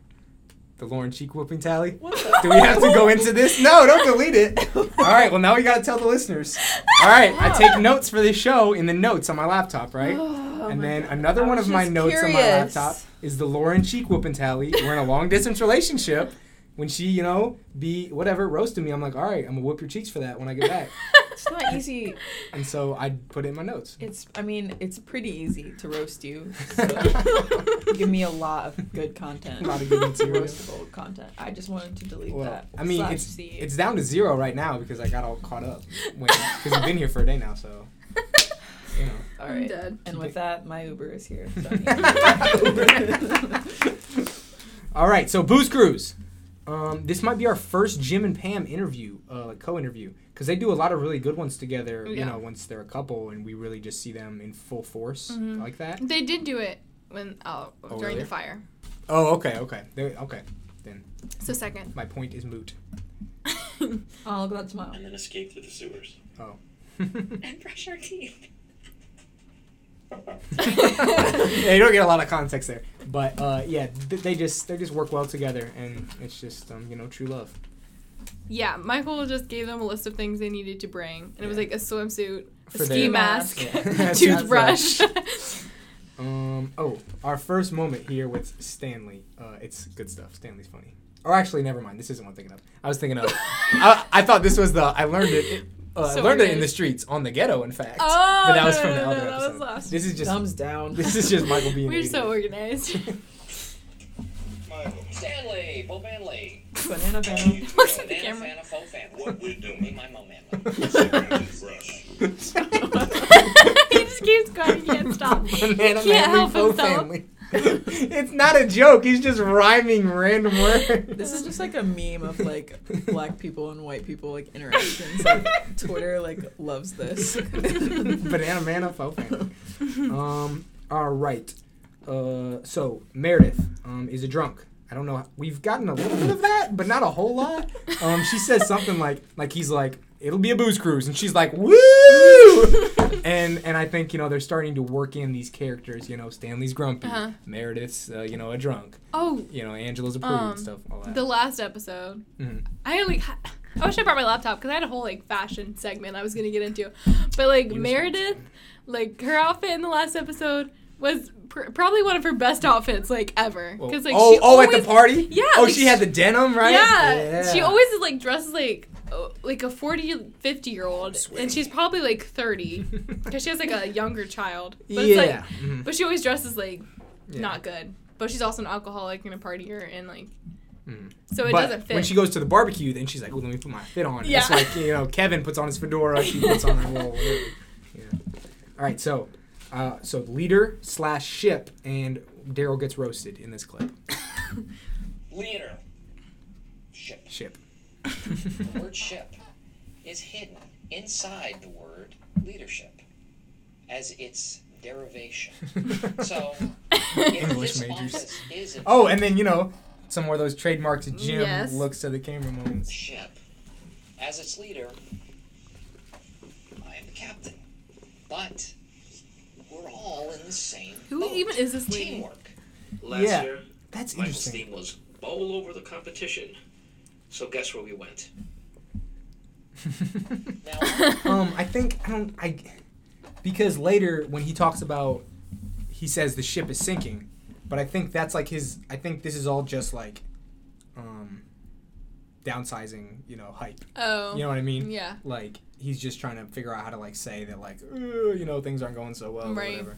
A: The Lauren cheek whooping tally?
D: What the-
A: Do we have to
D: <laughs>
A: go into this? No, don't delete it. All right, well now we gotta tell the listeners. All right, I take notes for this show in the notes on my laptop, right?
C: Oh.
D: Oh
A: and then another
D: I
A: one
D: was
A: of my
D: just
A: notes on my
D: curious.
A: laptop is the Lauren cheek whooping tally. We're in a long distance relationship. When she, you know, be whatever roasted me, I'm like, all right, I'm gonna whoop your cheeks for that when I get back.
D: It's
C: <laughs>
D: not <laughs> easy.
A: and so I put it in my notes.
D: <laughs> It's. I mean, it's pretty easy to roast
A: <laughs>
D: you. So you give me a lot of good content.
A: A lot of good material.
D: roastable content. I just wanted to delete
A: Well,
D: that.
A: I mean,
D: slash
A: it's
D: see.
A: it's down to zero right now because I got all caught up because we've been here for a day now, so you know.
D: all right.
C: dead.
D: And with that, my Uber
A: <laughs>
D: is here. So I <laughs> need
A: <laughs> All right, so Booze Cruise. Um, this might be our first Jim and Pam interview, uh, like co-interview, because they do a lot of really good ones together. You
C: Oh, Yeah.
A: know, once they're a couple, and we really just see them in full force like that.
C: Mm-hmm. They did do it when oh, during
A: really?
C: the fire.
A: Oh, okay, okay, They- okay. Then
C: So second. <laughs>
A: my point is moot.
D: Oh, look at that smile.
C: <laughs>
A: <laughs>
I: And then escape through the sewers.
A: Oh,
H: And brush our teeth.
A: yeah, you don't get a lot of context there, but uh, yeah, th- they just they just work well together, and it's just um, you know true love.
C: Yeah, Michael just gave them a list of things they needed to bring, and it was
A: Yeah.
C: like a swimsuit,
A: For
C: a ski
A: their-
C: mask, <laughs>
A: Yeah. <laughs>
C: a
A: That's
C: toothbrush.
A: Um, oh, our first moment here with Stanley. Uh, it's good stuff. Stanley's funny. Or actually, never mind. This isn't what I'm thinking of. I was
D: <laughs>
A: thinking of. I, I thought this was the. I learned it. it- uh,
C: So
A: I learned it in
C: weird.
A: the streets on the ghetto. In fact,
C: Oh,
A: but that was
C: no,
A: from the
C: no,
A: other
C: no, that was
A: episode.
C: last-
A: This is just.
D: Thumbs
A: <laughs>
D: down.
A: This is just Michael being.
C: <laughs> We're
A: an
C: so
A: idiot. <laughs>
C: organized.
G: Michael,
F: Stanley, Bo Manley.
D: <laughs> banana
G: what
D: banana.
G: you
C: Looks at
G: doing?
C: the
F: Nana,
C: camera.
F: Fana, Fo, Fanley.
G: What we
F: Me,
G: doing?
F: my Mo Manley.
G: Brush.
C: he just keeps going. He can't stop.
A: <laughs>
C: He
A: Banana
C: can't
A: man,
C: help
A: Faux
C: himself.
A: family. <laughs> it's not a joke. He's just rhyming random words.
D: This is just like a meme of like black people and white people like interactions. Like, Twitter like loves
A: <laughs>
D: this.
A: Banana man, a faux family. Um. All right. Uh. So Meredith, um, is a drunk. I don't know. We've gotten a little bit of that, but not a whole lot. Um. She says something like, like he's like, it'll be a booze cruise, and she's like, woo.
C: <laughs>
A: and and I think you know they're starting to work in these characters. You know, Stanley's grumpy,
C: Uh-huh.
A: Meredith's uh, you know a drunk.
C: Oh,
A: You know, Angela's a prude
C: Um,
A: and stuff. All that.
C: the last episode.
A: Mhm.
C: I only. I wish I brought my laptop because I had a whole like fashion segment I was gonna get into, but like
A: You were
C: Meredith, like her outfit in the last episode was pr- probably one of her best outfits like ever.
A: Well,
C: Because like
A: oh,
C: she
A: oh,
C: always,
A: at the party.
C: Yeah,
A: Oh,
C: like
A: she had the denim, right?
C: Yeah.
A: <laughs>
C: She always is like dresses like uh, like a 40 50 year old and she's probably like 30 cuz she has like a younger child. But
A: yeah.
C: it's like
A: Mhm.
C: but she always dresses like
A: Yeah.
C: not good. But she's also an alcoholic and a partier and like
A: Mm.
C: So it
A: but
C: doesn't fit.
A: when she goes to the barbecue, then she's like, "Well, let me put my fit on."
C: Yeah.
A: It's like you know, Kevin puts on his fedora, she puts on her little. whatever. Yeah. All right, so, uh, so leader slash ship, and Daryl gets roasted in this clip.
F: Leader. Ship.
A: Ship.
F: The word ship is hidden inside the word leadership as its derivation.
A: <laughs>
F: So, if
A: English
F: this
A: majors.
F: office is in
A: oh, and then you know, some more of those trademarks. Jim
C: Yes.
A: looks to the camera moments.
F: ship, as its leader, I am the captain. But we're all in the same.
C: Who
F: boat.
C: even is this lady?
F: Teamwork.
J: Last
A: Yeah.
J: year,
A: That's
J: Michael's
A: interesting.
J: theme was bowl over the competition. So guess where we went?
A: <laughs>
F: Now,
A: um, I think I don't I because later when he talks about he says the ship is sinking, but I think that's like his I think this is all just like um downsizing, you know, hype.
C: Oh.
A: You know what I mean?
C: yeah.
A: Like he's just trying to figure out how to like say that like "Ooh, you know things aren't going so well
C: Right.
A: or whatever.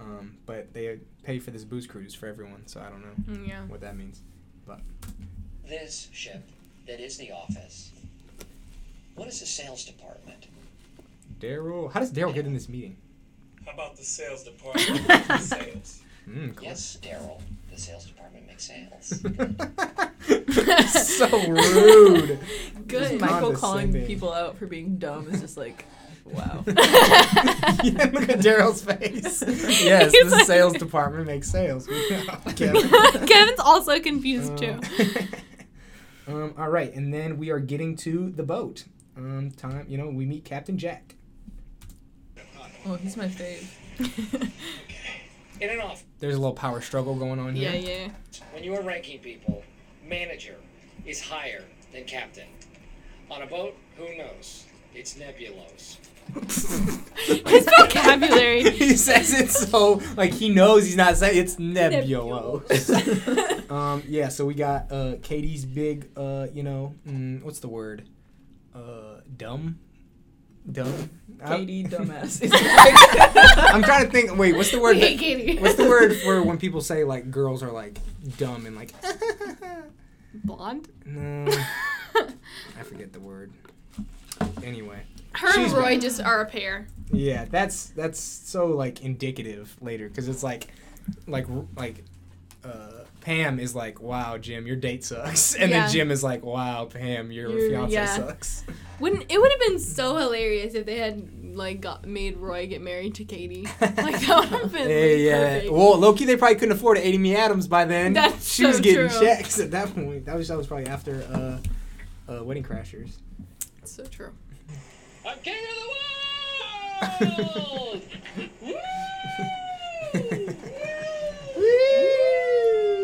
A: Um, but they pay for this booze cruise for everyone, so I don't know
C: Mm, Yeah.
A: what that means.
F: this ship that is the office, what is the sales department?
A: Daryl, how does Daryl get in this meeting?
J: How about the sales department?
A: <laughs>
D: <laughs>
J: sales.
A: Mm, cool.
F: Yes, Daryl, the sales department makes sales.
A: <laughs> so rude.
C: Good.
A: Just my-
D: Michael
A: Condescending.
D: calling people out for being dumb is
C: <laughs>
D: just like, wow.
A: yeah, <laughs> look at Daryl's
C: <laughs>
A: face. Yes,
C: He's
A: the
C: like-
A: sales department makes sales. <laughs>
C: <laughs>
A: Okay.
C: Kevin's Uh. also confused too.
A: Um, <laughs> um, all right, and then we are getting to the boat. Um, time, you know, we meet Captain Jack.
D: oh, he's my fave.
F: <laughs> In an office,
A: There's a little power struggle going on here.
C: <laughs> Yeah, yeah.
F: when you are ranking people, manager is higher than captain. On a boat, who knows? It's nebulous.
A: <laughs>
C: His vocabulary.
A: he says it so like he knows he's not saying it's nebulos. um, yeah, so we got uh, Katie's big, uh, you know, mm, what's the word? Uh, dumb, dumb. I-
D: Katie,
C: <laughs>
D: dumbass.
A: <laughs> I'm trying to think. Wait, what's the word?
C: We hate
A: that-
C: Katie.
A: What's the word for when people say like girls are like dumb and like <laughs>
C: <laughs> Blonde.
A: no? I forget the word. Anyway,
C: Her
A: She's
C: and Roy
A: right.
C: just are a pair.
A: yeah, that's that's so like indicative later because it's like like like uh, Pam is like, wow, Jim, your date sucks, <laughs> and
C: Yeah.
A: then Jim is like, wow, Pam, your
C: Your-
A: fiance
C: yeah.
A: sucks.
C: Wouldn't it would have been so hilarious if they had like got, made Roy get married
A: <laughs>
C: to Katie? Like that would have been
A: Yeah,
C: <laughs> like,
A: yeah.
C: perfect.
A: Well, Loki, they probably couldn't afford Amy Adams by then.
C: That's
A: she was
C: so
A: getting
C: true.
A: checks at that point. That was that was probably after uh, uh, Wedding Crashers.
C: so true.
F: <laughs> I'm king of the world! Woo!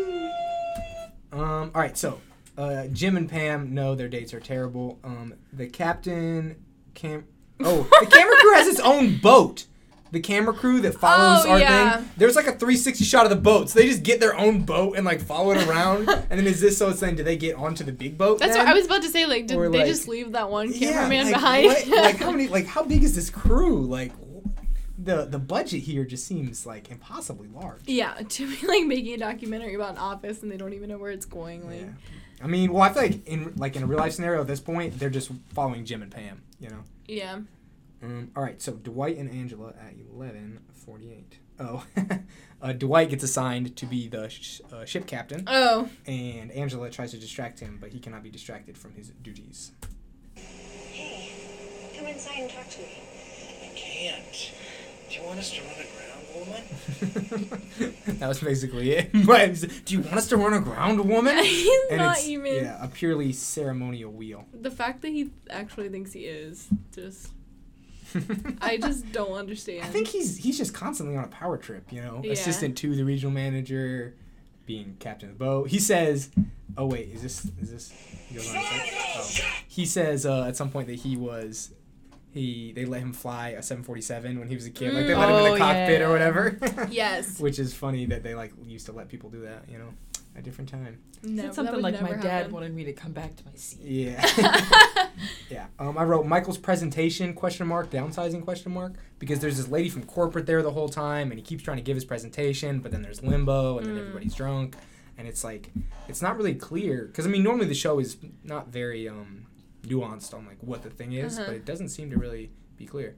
A: Um, all right, so uh, Jim and Pam know their dates are terrible. Um, the captain cam. Oh, the camera crew has its own boat. The camera crew that follows
C: Oh,
A: our
C: yeah.
A: thing. There's like a 360 shot of the boat, so they just get their own boat and like follow it
C: <laughs>
A: around. and then is this so it's then do they get onto the big boat?
C: That's
A: then?
C: what I was about to say. Like, did
A: Or,
C: they
A: like-
C: just leave that one
A: Yeah,
C: cameraman
A: like,
C: behind? <laughs>
A: what- like how many? Like how big is this crew? Like wh- the the budget here just seems like impossibly large.
C: yeah, to be like making a documentary about an office and they don't even know where it's going. Like,
A: I mean, well, I feel like in like in a real life scenario at this point, they're just following Jim and Pam. You know.
C: yeah. Mm-hmm.
A: Um, all right, so Dwight and Angela at eleven forty-eight. Oh, <laughs> uh, Dwight gets assigned to be the sh- uh, ship captain.
C: Oh.
A: And Angela tries to distract him, but he cannot be distracted from his duties.
H: Hey, come inside and talk to me.
F: I can't. Do you want us to run aground, <laughs>
A: <laughs>
F: woman?
A: that was basically it. <laughs> But it's, do you want us to run aground, woman?
C: He's not even-
A: Yeah, a purely ceremonial wheel. <laughs>
C: The fact that he actually thinks he is just. I
A: <laughs>
C: just don't understand.
A: I think he's he's just constantly on a power trip, you know.
C: Yeah.
A: Assistant to the regional manager, being captain of the boat. He says, "Oh wait, is this is this?" He, goes on to say- oh. He says uh, at some point that he was. He, they let him fly a 747 when he was a kid. Like they let him in
C: Mm.
A: the
C: Oh,
A: cockpit
C: yeah.
A: or whatever. <laughs>
C: Yes.
A: Which is funny that they like used to let people do that, you know, at different
C: <laughs>
A: time.
C: No, that
D: Said something
C: would
D: like my
C: never
D: dad
A: <laughs>
C: happen.
D: wanted me to come back to my seat.
A: Yeah. yeah. Um, I wrote Michael's presentation question mark downsizing question mark because there's this lady from corporate there the whole time and he keeps trying to give his presentation but then there's limbo and then
C: Mm.
A: everybody's drunk and it's like it's not really clear because I mean normally the show is not very um, nuanced on like what the thing is
C: Uh-huh.
A: but it doesn't seem to really be clear.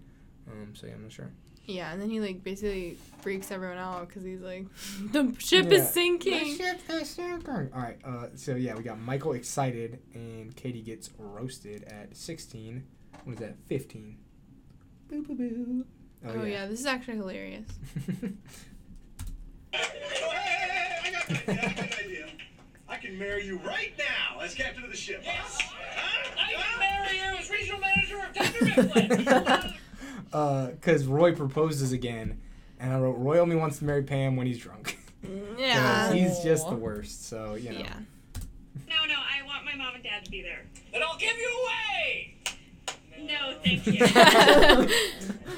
A: Um, so yeah, I'm not sure.
C: <laughs> Yeah, and then he like basically freaks everyone out because he's like, <laughs> the ship
A: Yeah.
C: is sinking.
A: All right. Uh, so yeah, we got Michael excited and Katie gets roasted at 16. What is that? 15. Boo boo boo.
C: Oh, yeah. this is actually hilarious.
G: I got an idea. I got an idea. I can marry you right now as captain of the ship. Yes.
F: I can marry you as regional manager of Thunder Mifflin.
A: Because Uh, Roy proposes again, and I wrote Roy only wants to marry Pam when he's drunk. 'Cause
C: Yeah.
A: He's just the worst. So you know.
C: Yeah.
H: No, no, I want my mom and dad to be there.
F: then I'll give you away.
H: No,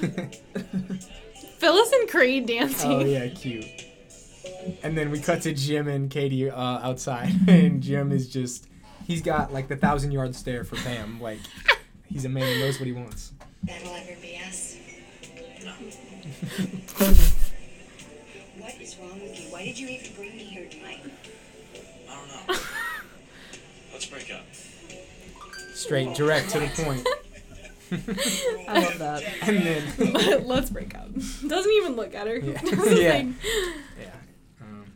H: thank you.
C: <laughs>
A: <laughs>
C: Phyllis and Creed dancing. <laughs>
A: Oh yeah, cute. And then we cut to Jim and Katie uh, outside, <laughs> and Jim is just—he's got like the thousand-yard stare for Pam. Like he's a man who knows what he wants.
H: <laughs> That'll ever be us. What is wrong with you? Why did you even bring me here tonight?
I: I don't know.
F: <laughs>
I: Let's break up.
A: Straight, direct, to the point.
D: I love that. <laughs>
A: And
C: <laughs>
A: then,
C: Let's break up. Doesn't even look at her. <laughs>
A: Yeah.
C: Just
A: Yeah.
C: like-
A: yeah, um,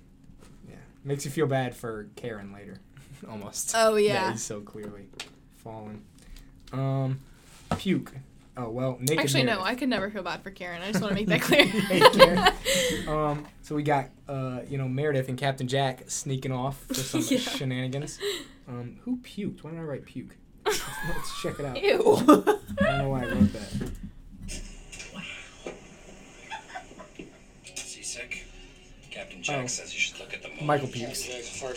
A: yeah, makes you feel bad for Karen later, <laughs> almost.
C: Oh, yeah.
A: that he's so clearly fallen. Um, puke. Oh well, naked.
C: Actually, no,
A: Meredith.
C: I could never feel bad for Karen. I just want
A: <laughs>
C: to make that clear.
A: Hey, Karen.
C: <laughs>
A: Um, so we got uh, you know, Meredith and Captain Jack sneaking off
C: <laughs>
A: for some
C: Yeah.
A: shenanigans. Um, who puked? Why did I write puke? Let's check
C: <laughs>
A: it out.
C: Ew.
A: I don't know why I wrote
C: <laughs>
A: that.
F: Seasick. Captain Jack
A: Oh.
F: says you should look at the moon.
A: Michael pukes.
F: Captain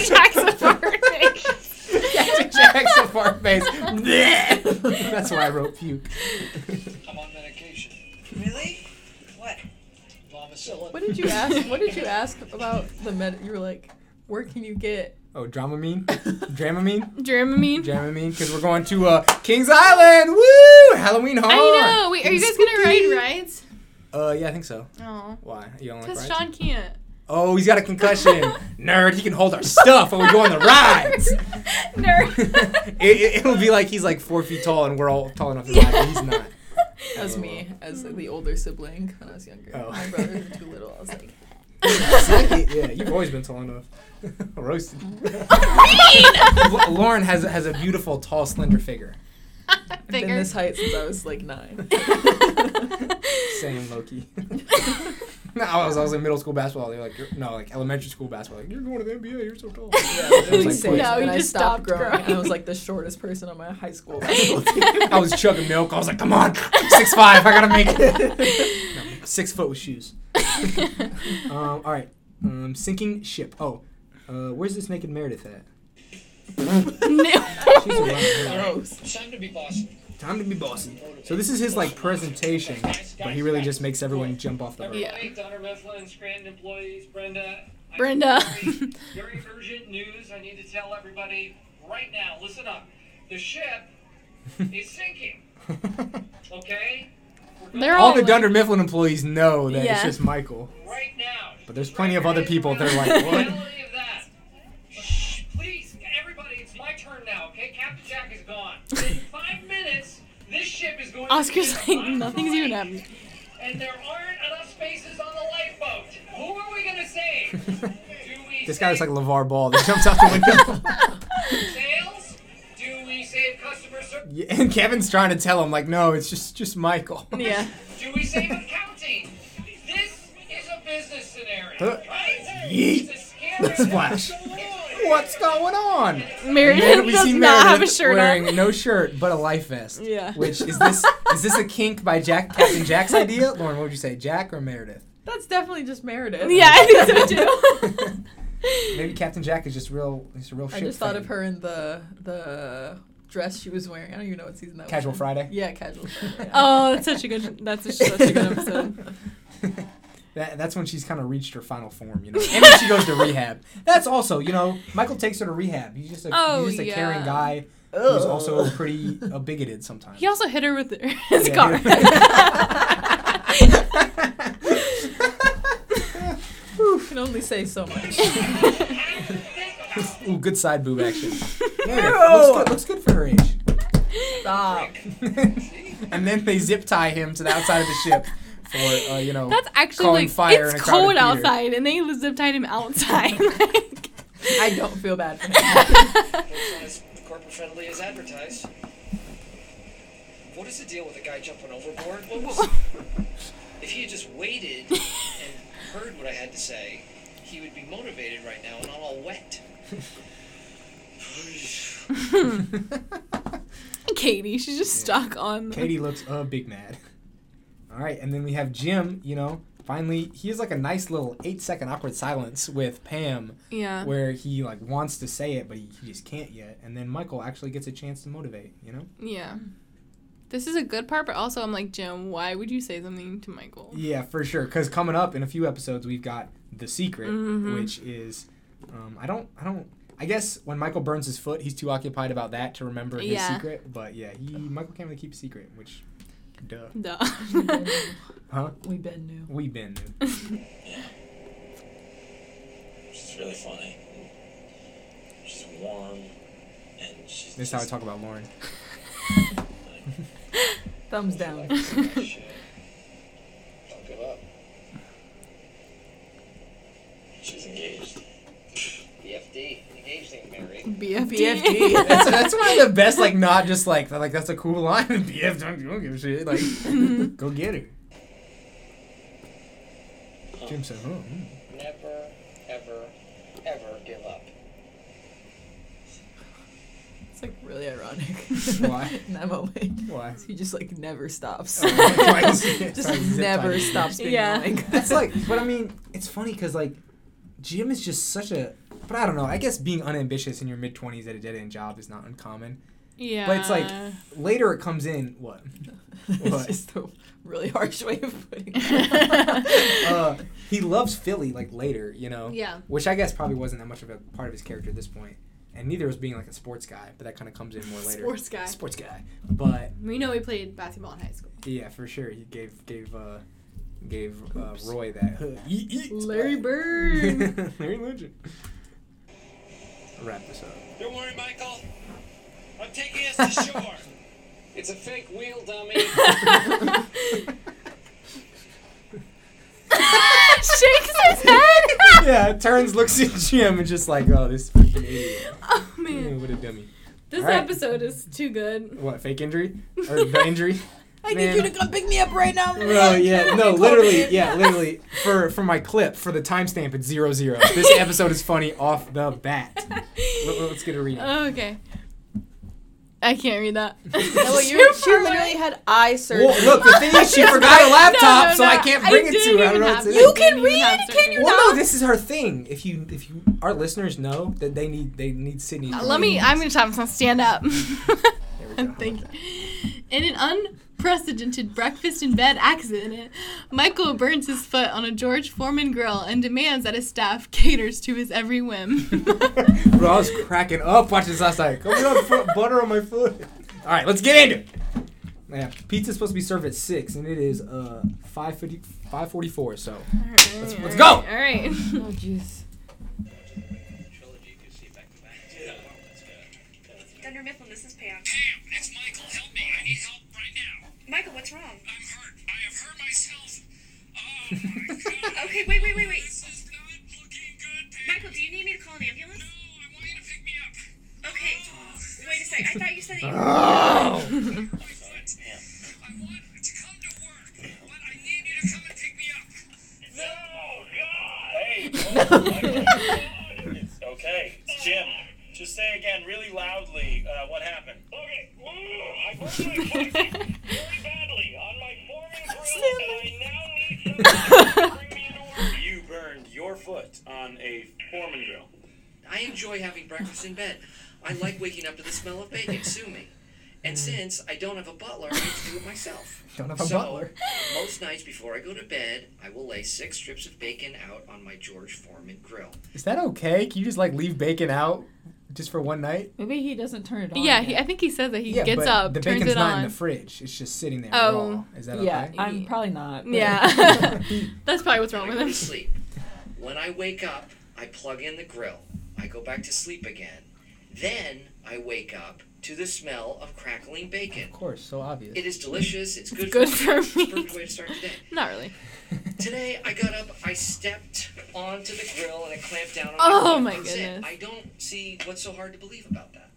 F: Jack's a fart <laughs> face.
C: Jackson
A: <laughs>
C: Harvey.
A: Captain Jack's a fart face. Bleh. <laughs> That's why I wrote
C: <laughs>
A: puke.
F: I'm on medication. Really? What? Vomicillin.
D: What did you ask? What did you ask about the med? You were like, where can
C: <laughs>
D: you get?
A: Oh, Dramamine? Dramamine?
C: Dramamine.
A: <laughs> Dramamine? Because we're going to uh, Kings Island! Woo! Halloween Horror!
C: I know. Wait, are you
A: It's
C: guys gonna ride
A: spooky.
C: rides?
A: Uh, yeah, I think so.
C: Oh,
A: Why? You don't like
C: because
A: rides?
C: Sean can't.
A: Oh, he's got a <laughs> concussion. Nerd, he can hold our stuff when we go on the <laughs> rides.
C: <laughs> Nerd.
A: <laughs> it, it, it'll
C: <laughs>
A: be like he's like four feet tall and we're all tall enough to ride, but he's <laughs> not.
C: <laughs>
D: That was me as the older sibling when I was younger.
A: Oh.
D: My brothers were too little. I was like,
A: yeah, you've always been tall enough. <laughs> Roasted. <laughs>
C: Mean.
A: L- <laughs> Lauren has has a beautiful, tall, slender figure.
D: I've been
C: Figure.
D: this height since I
C: <laughs>
D: was like nine.
A: Same Loki. <laughs> no, I was I was in middle school basketball. They're like, you're, no, like elementary school basketball. Like, you're going to the NBA. You're so tall.
D: Really
A: like,
D: safe.
C: No,
D: and
C: you
D: I
C: just stopped
D: stopped, growing.
C: growing.
D: and I was like the shortest person on my high
A: <laughs>
D: school basketball team.
A: I
D: <laughs>
A: was chugging milk. I was like, come on, <laughs> six five. I gotta make <laughs> it.
D: <laughs>
A: No, six foot with shoes. Um, all right. Um, sinking ship. Oh, Uh, where's this naked Meredith at?
D: <laughs>
A: She's around here.
F: It's time to be boss.
A: Time to be bossy. So this is his like presentation, but he really just makes everyone jump off the rope.
C: Yeah.
E: Hey, Donner Mifflin's grand employees, Brenda. I-
C: Brenda.
E: very,
C: <laughs>
E: very urgent news I need to tell everybody right now. Listen up. The
A: <laughs>
E: ship is sinking. Okay?
C: They're
A: all
C: all
A: the
C: like-
A: Dunder Mifflin employees know that it's
C: Yeah.
A: just Michael,
E: Right now.
A: but there's plenty of other people that are like,
E: The
A: what?
E: reality of that. Shh, please, everybody, it's my turn now, okay? Captain Jack is
C: <laughs>
E: gone. In five minutes, this ship is going
C: Oscar's
E: to be
C: like, nothing's even happening.
E: and there aren't enough spaces on the lifeboat. Who are we
A: <laughs>
E: gonna save? Do we
A: This guy
E: save
A: looks like LeVar Ball that jumps out the
C: <laughs>
A: window. <laughs>
E: sales? Do we save customer service?
A: Yeah, and Kevin's trying to tell him like, no, it's just just Michael.
C: Yeah.
E: Do we save accounting? This is a business
A: Huh.
E: scenario, right?
A: Yeet.
E: It's a scary
A: The splash. <laughs> What's going on?
C: Meredith does not have a shirt
A: wearing
C: on.
A: no shirt but a life vest.
C: Yeah.
A: Which is this? Is this a kink by Jack Captain Jack's idea? Lauren, what would you say, Jack or Meredith?
D: That's definitely just
C: <laughs>
D: Meredith.
C: Yeah, I think so too.
A: <laughs> Maybe Captain Jack is just real. He's a real.
D: <laughs> I
A: shit
D: just thought of
A: fan.
D: her in the the dress she was wearing. I don't even know what season that
A: Casual
D: was. in.
A: Friday?
D: Yeah,
C: <laughs>
D: casual. Friday, yeah.
C: oh, that's such a good. That's a, such a good episode.
A: <laughs> That, that's when she's kind of reached her final form, you know. And when she goes to rehab, that's also, you know, Michael takes her to rehab. He's just a,
C: Oh,
A: he's just a
C: yeah.
A: caring guy who's also pretty uh, bigoted sometimes.
C: He also hit her with his
A: Yeah,
C: car. <laughs>
A: <laughs>
D: You <laughs> can only say so much.
A: Ooh, good side boob
C: <laughs>
A: action. Yeah, looks, good, looks good for her age.
D: Stop.
A: <laughs> and then they zip tie him to the outside of the ship for, uh, you know.
C: That's actually
A: Calling
C: like
A: fire in a
C: it's
A: crowded
C: cold
A: theater. <laughs>
C: outside, and they zip tied him outside. <laughs> like,
D: I don't feel bad for him.
F: It's not as corporate friendly as advertised. What is the deal with a guy jumping
E: <laughs>
F: overboard? What was, if he had just waited and heard what I had to say, he would be motivated right now and not all
A: <laughs> <sighs>
F: wet. <sighs>
C: Hmm. Katie, she's just stuck on. the-
A: Katie looks a big mad. All right, and then we have Jim, you know. Finally, he has like a nice little eight second awkward silence with Pam.
C: Yeah.
A: where he like wants to say it but he, he just can't yet and then michael actually gets a chance to motivate you know
C: Yeah. This is a good part, but also I'm like, Jim, why would you say something to Michael?
A: yeah for sure because coming up in a few episodes we've got the secret
C: Mhm.
A: which is um, i don't i don't i guess when michael burns his foot he's too occupied about that to remember his
C: Yeah.
A: secret but yeah he michael can't really keep a secret which duh <laughs>
C: Duh.
A: huh
D: We been new.
A: we've been
J: She's really funny. She's warm, and she's.
A: this is how i talk about lauren
D: Thumbs down.
J: Don't give up. She's engaged.
F: BFD, engaged and married.
C: BFD.
D: BFD.
A: that's, that's one of the best like not just like they're like that's a cool <laughs> line bf don't, don't give a shit like go get her jim said oh, mm.
F: Never, ever, ever give up.
D: It's like really ironic.
A: Why?
D: <laughs> In that moment.
A: Why? Oh,
D: He just like never stops.
A: just
D: <laughs> just never stops being
C: Yeah.
D: <laughs> annoying.
A: That's like, but I mean, it's funny because like, Jim is just such a. But I don't know. I guess being unambitious in your mid twenties at a dead end job is not uncommon.
C: Yeah.
A: But it's like later it comes in. What?
D: <laughs> it's
A: What?
D: just a really harsh way of putting <laughs> it.
A: Uh, he loves Philly like later, you know.
C: Yeah.
A: Which I guess probably wasn't that much of a part of his character at this point, and neither was being like a sports guy. But that kind of comes in more later.
C: Sports guy.
A: Sports guy. But
C: We know he played basketball in high
A: <laughs>
C: school. <laughs>
A: yeah, for sure, he gave gave uh, gave uh, Roy that. <laughs> Yeet, yeet.
D: Larry Bird.
A: <laughs> Larry Legend. Wrap this up.
E: Don't worry, Michael. I'm taking us to shore. it's a fake wheel <laughs> dummy.
C: <laughs> Shakes his head. <laughs>
A: yeah, turns, looks at Jim, and just like, oh, this freaking idiot.
C: oh man,
A: Mm, What a dummy.
C: this
A: All right.
C: episode is too good.
A: What, fake injury? Or the injury?
D: I
A: Man.
D: need you to come pick me up right now.
A: Well, yeah, <laughs> no,
D: Cold
A: literally,
D: in.
A: yeah, literally. For for my clip, for the timestamp, it's zero zero. This
C: Uh,
A: episode is funny off the bat. Let, us get a reading.
C: Okay. Oh, I can't
A: <laughs>
C: read that. <laughs>
D: No, well, you, she literally had eye surgery.
A: Well, look, the thing <laughs> is, she forgot a laptop, so I can't bring it to her. I don't know what to do.
D: You can read, can you
A: well, no,
D: not?
A: this is her thing. If you, if you, our listeners know that they need, they need Sydney.
C: Uh, Let me. I'm gonna stop. So stand up. <laughs> I'm thinking. In an unprecedented breakfast in bed accident, Michael burns his foot on a George Foreman grill and demands that his staff <laughs> caters to his
A: <laughs>
C: every whim.
A: Bro, I was cracking up watching this last night. Come on, put butter on my foot. All right, let's get into it. Yeah, pizza's supposed to be served at six, and it is uh 550, 544, So let's, let's go. <laughs>
C: <laughs> All right.
D: Oh, <laughs> jeez.
H: Thunder Mifflin, this is Pam.
E: Pam, it's Michael. Help me. I need help right now.
H: Michael, what's wrong?
E: I'm hurt. I have hurt myself. Oh my god.
H: Okay, wait, wait, wait, wait.
E: This is not looking good, Pam.
H: Michael, do you need me to call an ambulance?
E: No, I want you to pick me up.
H: Okay.
E: Oh.
H: Wait a sec. I thought you said that you
E: My foot. I want to come to work, but I need you to come and pick me up.
G: No, God. Hey. whoa. it's okay. It's Jim. Just say again, really loudly, uh, what happened.
E: Okay. I hurt my foot very badly on my foreman
A: <laughs>
E: grill, and I now need someone to bring me into work.
G: <laughs>
J: You burned your foot on a foreman grill.
F: I enjoy having breakfast in bed. I like waking up to the smell of bacon. Sue me. And since I don't have a butler, I have to do it myself.
A: Don't have Hmm. a
F: so,
A: butler.
F: most nights before I go to bed, I will lay six strips of bacon out on my George Foreman grill.
A: Is that okay? Can you just like leave bacon out just for one night?
D: Maybe he doesn't turn it on.
C: yeah,
D: yet.
C: he, I think he says that he gets
A: but
C: up,
A: The
C: turns
A: bacon's
C: it
A: not in
C: on.
A: the fridge. It's just sitting there
C: Oh.
A: raw. Is that
D: yeah,
A: okay?
D: I'm probably not. but-
C: yeah. <laughs>
A: <laughs>
C: That's probably what's wrong
F: I
C: with
F: go to
C: him. <laughs>
F: sleep. When I wake up, I plug in the grill. I go back to sleep again. Then I wake up to the smell of crackling bacon.
A: Of course, so obvious.
F: It is delicious. It's good,
C: Good
F: for,
C: for
F: me.
C: me.
F: It's a perfect way to start the day.
C: Not really.
F: Today I got up, I stepped onto the grill, and I clamped down on
C: Oh,
F: foot.
C: my
F: That's it.
C: goodness.
F: I don't see what's so hard to believe about that.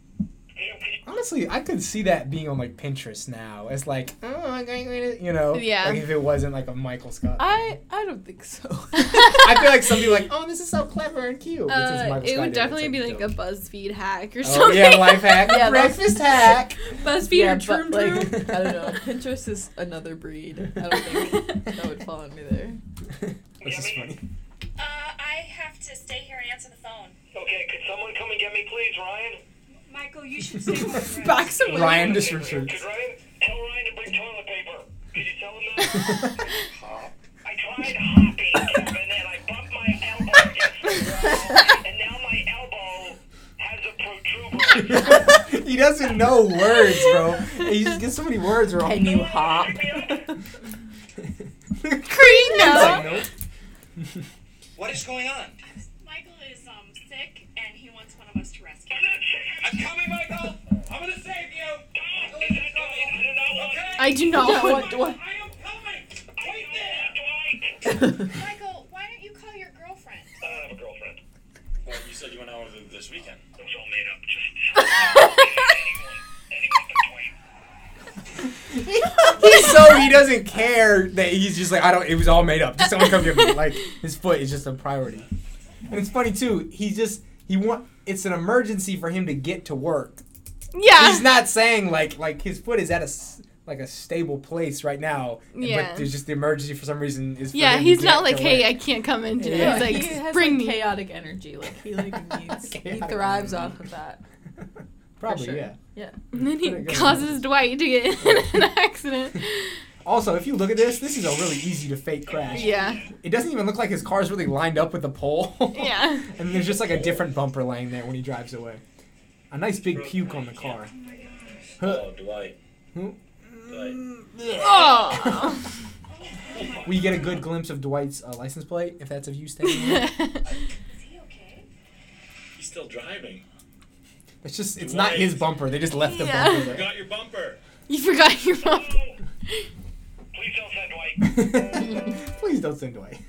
A: Honestly, I could see that being on like Pinterest now. It's like, oh, I'm going to, you know,
C: Yeah.
A: like if it wasn't like a Michael Scott.
D: <laughs> I I don't think <laughs> so.
A: I feel like some people are like, oh, this is so clever and cute. But since Michael
C: Uh, it
A: Scott
C: would
A: did it's
C: definitely be like
A: dope.
C: a BuzzFeed hack or
A: Oh,
C: <laughs> something.
A: yeah, life
C: <laughs>
A: hack,
D: Yeah, that's-
A: breakfast hack.
C: BuzzFeed
D: yeah,
C: or Trum
D: but
C: Trum. <laughs>
D: like I don't know. <laughs> Pinterest is another breed. I don't <laughs> think that would fall under there.
A: Which is funny.
H: Uh, I have to stay here and answer the phone.
E: Okay, could someone come and get me, please, Ryan?
H: Michael,
C: <laughs>
H: you should stay with me.
D: Backs away.
A: Ryan just
E: Could
A: retreats.
E: Ryan tell Ryan to bring toilet paper? Could you tell him that? I tried hopping, Kevin, and I bumped my elbow against the wall, and now my elbow has a
A: <laughs>
E: protuberance.
A: he doesn't know words, bro. He just gets so many words wrong.
D: Can you hop?
E: Pick me up.
A: <laughs> Cream
C: now.
F: What is going on?
H: Michael is um sick and he wants one of us to rescue.
E: I'm not sick. I'm coming, Michael. I'm gonna save you. God, is that Dwight? I do not
C: <laughs> I do not
E: want
D: Yeah,
C: want
D: what do I-
E: I am coming. Wait there, Dwight.
H: Michael, why don't you call your girlfriend?
E: I don't have a girlfriend.
J: Well, you said you went out with it this weekend.
E: It was all made up. Just anyone, anyone but Dwight.
A: so he doesn't care that he's just like I don't. It was all made up. Just someone come get me. Like his foot is just a priority. And it's funny too. He just he want. It's an emergency for him to get to work.
C: <laughs> Yeah.
A: He's not saying like like his foot is at a s- like a stable place right now.
C: Yeah.
A: But there's just the emergency for some reason is. For
C: yeah,
A: him to
C: he's
A: get
C: not
A: to
C: like, hey,
A: work.
C: I can't come in today.
A: Yeah,
C: He's like,
D: he has
C: bring
D: like,
C: me.
D: chaotic energy. Like he <laughs> like needs. he
A: Chaotic
D: thrives off of that.
C: Uh,
A: <laughs> Probably
D: sure.
A: yeah.
D: Yeah.
C: <laughs> And then he
A: Pretty good.
C: causes Dwight to get in <laughs> an accident.
A: Also, if you look at this, this is a really easy to fake crash.
C: Yeah.
A: It doesn't even look like his car's really lined up with the pole.
C: Yeah.
A: And there's just like a different bumper laying there when he drives away. A nice big puke on the car.
J: Oh, Dwight.
A: Hmm?
J: Dwight.
C: <laughs> Oh.
A: We get a good glimpse of Dwight's uh, license plate, if that's of use to
C: <laughs>
A: anyone.
H: Is he okay?
J: He's still driving.
A: It's just, it's not his bumper. They just left the
C: Yeah.
A: bumper there.
J: Got your bumper.
C: you forgot your mom.
E: Please don't send Dwight.
A: <laughs> Please don't send Dwight.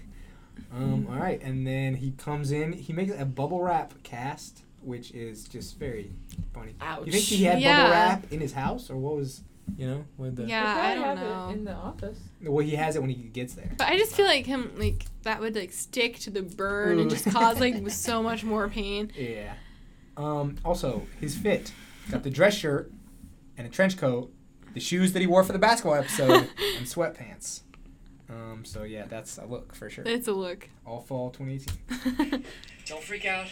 A: Um, all right, and then he comes in. He makes a bubble wrap cast, which is just very funny. You think he had
C: Yeah.
A: bubble wrap in his house, or what was, you know, with the?
C: Yeah, I
D: They probably
C: don't
D: have it
C: know.
D: in the office.
A: Well, he has it when he gets there.
C: But I just feel like him, like, that would, like, stick to the burn and
A: Ooh.
C: just cause, like, so much more pain.
A: Yeah. Um, also, his fit. Got the dress shirt, and a trench coat, the shoes that he wore for the basketball episode, and sweatpants. Um, so yeah, that's a look for sure.
C: It's a look. <laughs>
A: All fall 2018.
F: Don't freak out.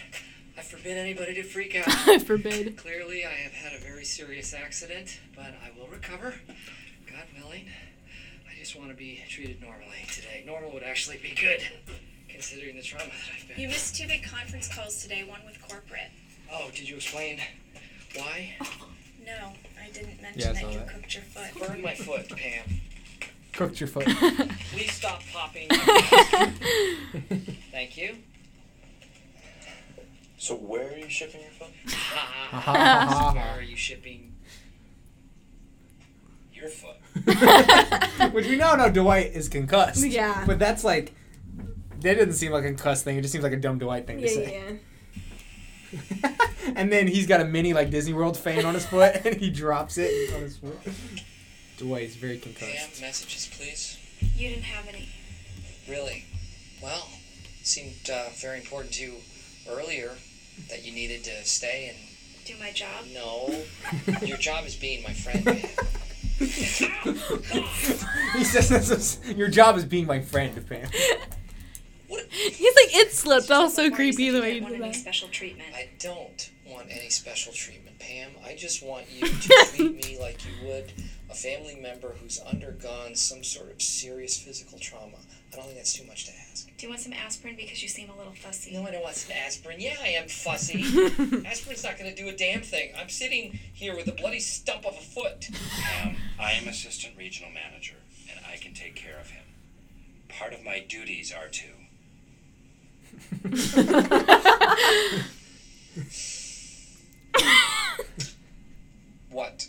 F: I forbid anybody to freak out.
C: I forbid.
F: Clearly, I have had a very serious accident, but I will recover. God willing. I just want to be treated normally today. Normal would actually be good, considering the trauma that I've been.
H: You missed two big conference calls today, one with corporate.
F: Oh, did you explain why?
H: No, I didn't
A: Yeah, I
H: mention
A: saw
H: that you
A: that.
H: cooked your foot.
F: Burn my foot, Pam.
A: Cooked your
C: <laughs>
A: foot.
F: Please stop popping. Thank you.
G: <laughs> So where are you shipping your phone?
F: Where are you shipping
G: Your foot.
A: Which we now know Dwight is concussed.
D: Yeah.
A: But that's like, that doesn't seem like a concussed thing. It just seems like a dumb Dwight thing to say. <laughs> and then he's got a mini like Disney World fan on his foot, <laughs> and he drops it on his foot. Dwight's very
F: Pam
A: concussed.
F: messages, please?
H: You didn't have any.
F: Really? Well, seemed uh, very important to you earlier that you needed to stay and
H: Do my job.
F: no. Your job is being
A: <laughs>
F: my friend. man.
A: He says, this is- "Your job is being my friend, Pam."
C: <laughs> He's like, it slipped. That was so
H: Why you said
C: creepy the way
H: didn't
C: you
H: want
C: did
H: any
C: that.
H: special treatment.
F: I don't want any special treatment, Pam. I just want you
C: <laughs>
F: to treat me like you would a family member who's undergone some sort of serious physical trauma. I don't think that's too much to ask.
H: Do you want some aspirin because you seem a little fussy?
F: You know, I don't want some aspirin. Yeah, I am fussy. Aspirin's not going to do a damn thing. I'm sitting here with a bloody stump of a foot.
E: Um,
G: Pam, I am assistant regional manager, and I can take care of him. Part of my duties are to.
F: What?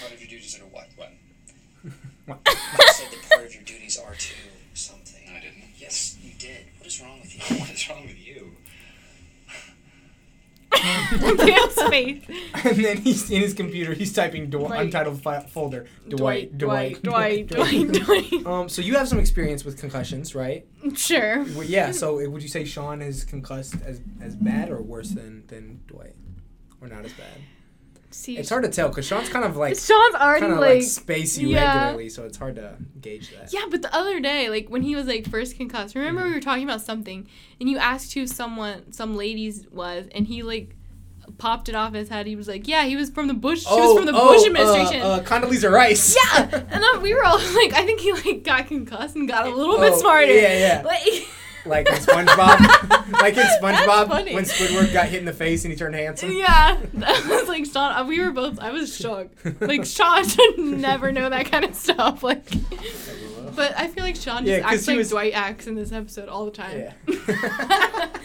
F: Part of your duties are to what? What?
A: What?
F: You said that part of your duties are to something.
G: I didn't.
F: Yes, you did. What is wrong with you?
G: What is wrong with you?
C: <laughs> Pam's face.
A: <laughs> And then he's in his computer. He's typing Dw-
D: Dwight.
A: untitled fi- folder. Dwight,
D: Dwight,
A: Dwight,
D: Dwight,
C: Dwight, Dwight.
A: Um, so you have some experience with concussions, right?
C: Sure.
A: Well, yeah. So uh, would you say Sean is concussed as as bad or worse than than Dwight, or not as bad?
C: See,
A: It's hard to tell because Sean's kind of like
C: Sean's already
A: kind of like,
C: like,
A: spacey
C: yeah.
A: regularly, so it's hard to gauge that.
C: Yeah, but the other day, like when he was like first concussed, remember we were talking about something, and you asked who someone, some ladies was, and he like popped it off his head. He was like, "Yeah, he was from the Bush. she was from the Bush administration."
A: Oh, Uh, uh, Condoleezza Rice.
C: <laughs> yeah, and then we were all <laughs> like, I think he like got concussed and got a little
A: Oh,
C: bit smarter.
A: yeah,
C: <laughs>
A: yeah.
C: Like,
A: like in
C: <laughs>
A: SpongeBob, like in
C: That's
A: SpongeBob
C: funny.
A: when Squidward got hit in the face and he turned handsome.
C: yeah, <laughs> that was like Sean. uh, We were both. I was shocked.
A: <laughs>
C: Like Sean <laughs> should never know that kind of stuff. Like, but I feel like Sean
A: Yeah,
C: just
A: 'cause
C: acts
A: he
C: like
A: was-
C: Dwight acts in this episode all the time. <laughs>
A: <laughs>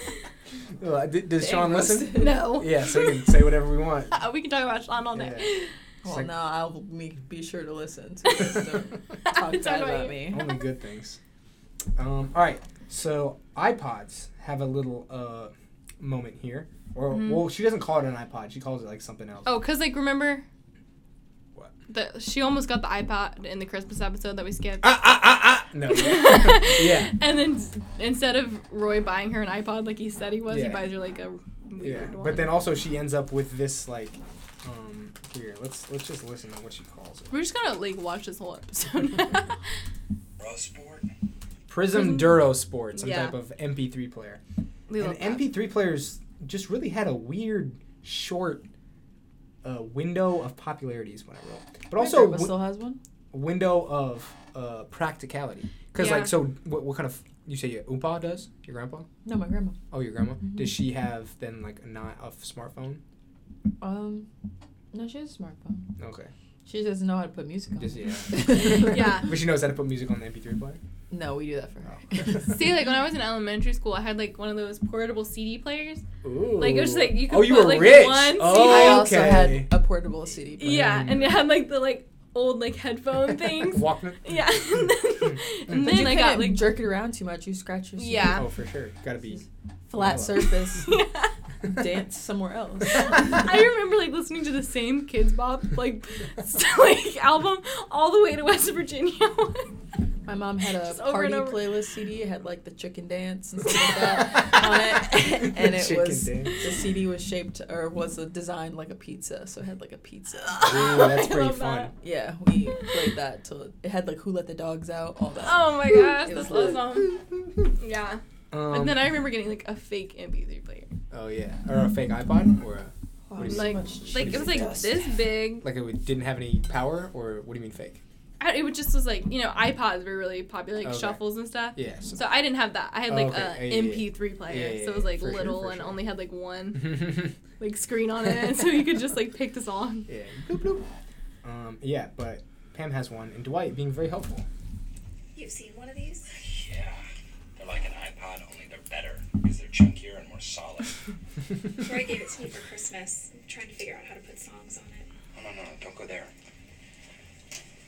A: Yeah. Uh, d- does Sean listen?
C: no.
A: Yeah, so we can say whatever we want.
C: <laughs>
A: <laughs>
C: Uh, we can talk about Sean all day.
D: Well,
A: like-
D: no, I'll me- be sure to listen. <laughs> So you guys <laughs> don't
C: <laughs>
D: talk
C: Talk
D: bad
C: about
D: about
C: you.
D: me.
A: Only good things. Um, all right, so iPods have a little uh, moment here. Or well, she doesn't call it an iPod. She calls it like something else.
C: Mm-hmm. Oh, cause like remember.
A: What?
C: The, she almost got the iPod in the Christmas episode that we skipped.
A: Ah ah ah ah!
C: <laughs>
A: No. Yeah. yeah.
C: And then s- instead of Roy buying her an iPod like he said he was,
A: Yeah.
C: he buys her like a
A: Yeah,
C: weird one.
A: but then also she ends up with this like, um, here. Let's let's just listen to what she calls it.
C: we're just gonna like watch this whole
A: <laughs>
C: episode. <laughs>
G: Rose board?
A: Prism Duro Sport, some
D: Yeah.
A: type of MP3 player.
C: we
A: and
C: love that.
A: MP3 players just really had a weird short uh, window of popularity is what I wrote, but also
D: Grandpa
A: wi-
D: still has one.
A: window of uh, practicality. Because
C: Yeah.
A: like, so what, what kind of you say your oompa does? Your grandpa?
D: No, my grandma.
A: Oh, your grandma? Does she have then like a not a smartphone?
D: Um, no, she has a smartphone.
A: Okay,
D: She doesn't know how to put music on.
A: just
D: <laughs>
A: yeah.
C: <laughs> yeah.
A: <laughs> But she knows how to put music on the MP3 player.
D: No, we do that for her.
A: Oh.
C: <laughs> See, like when I was in elementary school, I had like one of those portable CD players.
A: Ooh.
C: Like, it was like you could
A: oh, you
C: put,
A: were
C: like,
A: rich.
C: one CD.
D: I
A: oh,
D: also
A: okay.
D: had a portable CD player.
C: Yeah, and it had like the like old
A: <laughs>
C: like headphone things.
A: Walkman.
C: yeah. <laughs> And
A: <laughs>
C: then, and
D: But
C: then
D: you
C: I got
D: couldn't
C: like
D: jerk it around too much. You scratch your CD.
C: Yeah.
A: Oh, for sure. Gotta be. Oh. <laughs>
D: flat surface.
C: <laughs> yeah.
D: <laughs> dance somewhere else.
C: I remember like listening to the same Kids Bop like <laughs> s- like album all the way to West Virginia. <laughs>
D: My mom had a
C: Just over
D: party
C: and over. <laughs>
D: playlist CD. It had like the chicken dance and stuff like that on it. and <laughs> and it
A: Chicken
D: was
A: dance.
D: the CD was shaped or was designed like a pizza, so it had like a pizza.
A: Ooh, that's pretty
D: love
A: fun.
D: that. Yeah, we played that till it had like who let the dogs out, all that.
C: Oh my gosh,
D: It
C: that's
D: was lit.
C: awesome. Yeah.
A: Um,
C: and then I remember getting like a fake MP3 player.
A: oh yeah, or a fake iPod, or a, what do you
C: Like,
D: much
C: like it was like
D: dust.
C: this big.
A: like it didn't have any power, or what do you mean fake?
C: I, it would just was like you know iPods were really popular, like
A: Okay.
C: shuffles and stuff.
A: Yeah. So.
C: So I didn't have that. I had like
A: Okay, yeah, yeah,
C: a
A: yeah.
C: MP3 player,
A: Yeah, yeah,
C: so it was like
A: for sure,
C: little
A: for
C: and
A: sure.
C: only had like one
A: <laughs>
C: like screen on it, so you could just like pick the song.
A: yeah. Bloop, bloop. Um, yeah, but Pam has one, and Dwight being very helpful.
H: You've seen one of these?
E: Yeah. They're like an iPod, only they're better because they're chunkier and more solid.
H: Troy gave it to me for Christmas. I'm trying to figure out how to put songs on it.
E: Oh, No, no, no, don't go there.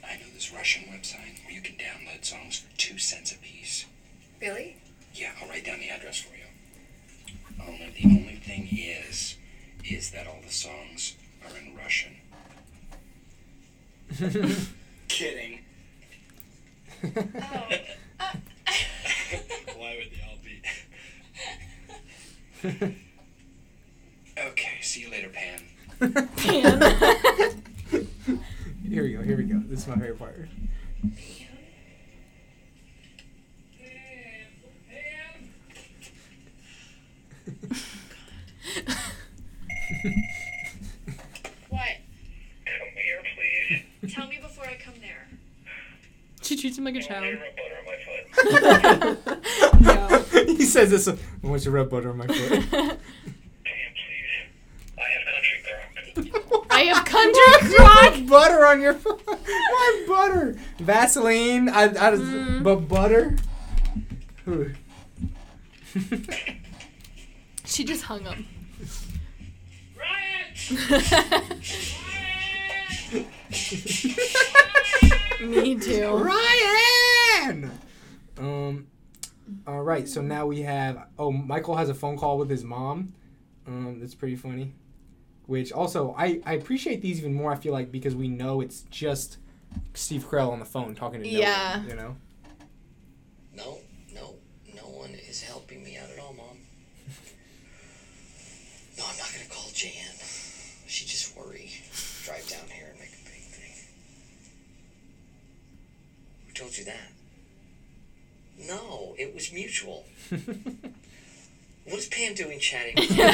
E: I know this Russian website where you can download songs for two cents a piece.
H: Really?
E: Yeah, I'll write down the address for you. Only the only thing is, is that all the songs are in Russian.
I: Kidding.
E: <laughs>
H: Oh.
I: Why would they all be?
E: Okay, see you later, Pam.
A: <laughs> Here we go. Here we go. This is my favorite part.
D: <laughs>
H: What?
E: Come here, please.
H: Tell me before I come there.
C: <laughs> She treats him like a child.
E: butter on my foot.
A: <laughs> he says this. I want you to rub butter on my <laughs> foot.
E: Pam, please. I have country girl.
C: <laughs> I have country crock.
A: butter on your foot. Why butter? Vaseline. I, I just, But butter. Ooh.
C: She just hung him.
E: Ryan!
C: <laughs> Me too.
A: Ryan. Um. All right. So now we have. Oh, Michael has a phone call with his mom. Um. That's pretty funny. Which also I I appreciate these even more. I feel like because we know it's just Steve Carell on the phone talking to no one,
C: Yeah.
A: you know. <laughs>
F: No, no, no one is helping me out at
I: <laughs>
F: all, Mom. No, I'm not gonna call Jan. She just worry. Drive down here and make a big thing. Who told you that? No, it was mutual. what is Pam doing chatting with you?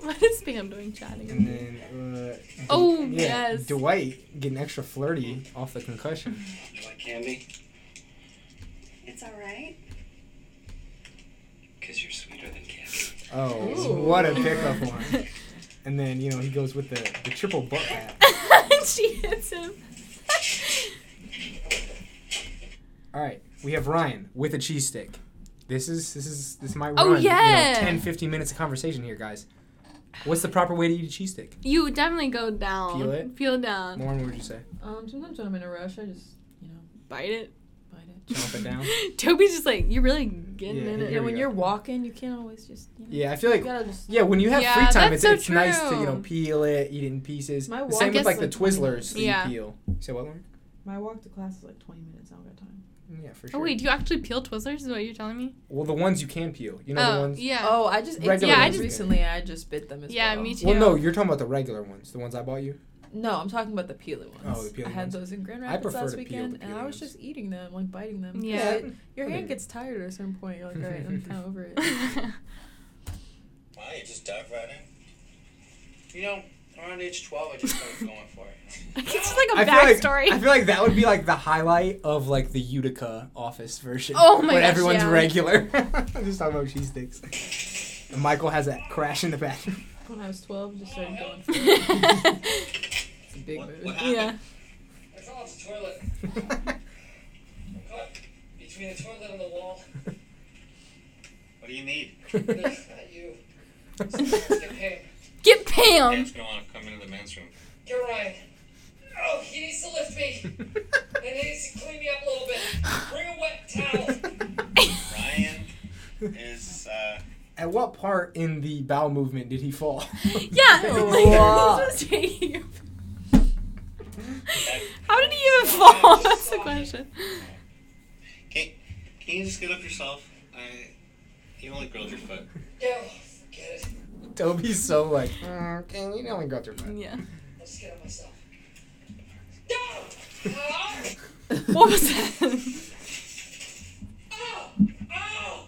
C: <laughs> What is Pam
A: <laughs>
C: doing chatting?
A: And then. Uh,
C: Oh
A: Yeah,
C: yes.
A: Dwight getting extra flirty off the concussion.
I: <laughs> You like candy?
H: It's all right.
I: Because you're sweeter than candy.
A: Oh,
D: Ooh.
A: what a pickup one. And then, you know, he goes with the, the triple butt hat.
C: <laughs> she hits him. <laughs>
A: All right, we have Ryan with a cheese stick. This is this is this might run
C: Oh,
A: you
C: yeah.
A: know, 10 15 minutes of conversation here, guys. What's the proper way to eat a cheese stick?
C: You would definitely go down.
A: Peel it?
C: Peel down.
A: Lauren, what would you say?
D: Um, sometimes when I'm in a rush, I just you know
C: Bite it.
D: bite it.
A: Chomp it down.
C: <laughs> Toby's just like, you're really getting
A: Yeah,
C: in it.
A: Here
D: Yeah,
A: we
D: when
A: go.
D: you're walking, you can't always just you know.
A: Yeah, I feel
D: You
A: like
D: gotta just.
A: yeah, when you have
C: Yeah,
A: free time, it's,
C: that's so
A: it's nice to you know
C: true.
A: peel it, eat it in pieces.
D: My
A: the
D: wa- I
A: same with
C: guess,
A: like the
D: like, when you-
A: Twizzlers that
C: Yeah.
A: you peel. Say what, Lauren?
D: My walk to class is like 20 minutes. I don't got time.
A: Yeah, for sure.
C: Oh wait, do you actually peel Twizzlers? Is what you're telling me?
A: Well, the ones you can peel, you know the
C: oh
A: ones.
C: yeah.
D: Oh, I just ate
A: Regular
D: some
C: ones.
D: recently. and I just bit them as
C: Yeah,
D: well.
C: me too.
A: Well, no, you're talking about the regular ones, the ones I bought you.
D: No, I'm talking about the peeler ones.
A: Oh, the peeler
D: I had
A: ones.
D: those in Grand
A: I
D: Rapids
A: prefer
D: last
A: to peel the
D: weekend, and
A: peeler
D: I was
A: ones.
D: just eating them, like biting them.
C: Yeah.
D: It- your hand gets tired at a certain point. You're like, all right, I'm kind
A: <laughs>
D: of over it.
J: Why? You just dive right in.
I: You know, around age 12, I just started going for it.
C: <laughs> it's just like
A: I
C: a
A: feel like
C: backstory.
A: I feel
C: <laughs>
A: like that would be like the highlight of like the Utica office version.
C: Oh my
A: When
C: gosh,
A: everyone's
C: yeah.
A: regular. <laughs> I'm just talking about cheese sticks. And Michael has that crash in the
C: <laughs>
A: bathroom.
D: When I was 12, I just started going for a big move.
C: yeah.
I: I fell off the toilet. Caught between the toilet and the wall. What do you need?
F: That's not you.
I: Okay.
A: <laughs>
C: Get Pam.
J: gonna want to come into the men's room.
F: You're right. Oh, he needs to lift me. and he needs to clean me up a little bit. Bring a wet towel.
I: Ryan is, uh,
A: At what part in the bowel movement did he fall?
C: Yeah. <laughs> Like,
D: Wow.
C: this was taking- <laughs> How did he even fall? <laughs> That's the question.
I: can, can you just get up yourself? I, you only grilled your foot.
F: Yeah.
A: <laughs> Toby's so like, "Mm, can you know and go up to your butt.
C: Yeah.
E: I'll just get up myself.
C: What was that? <laughs>
F: Oh!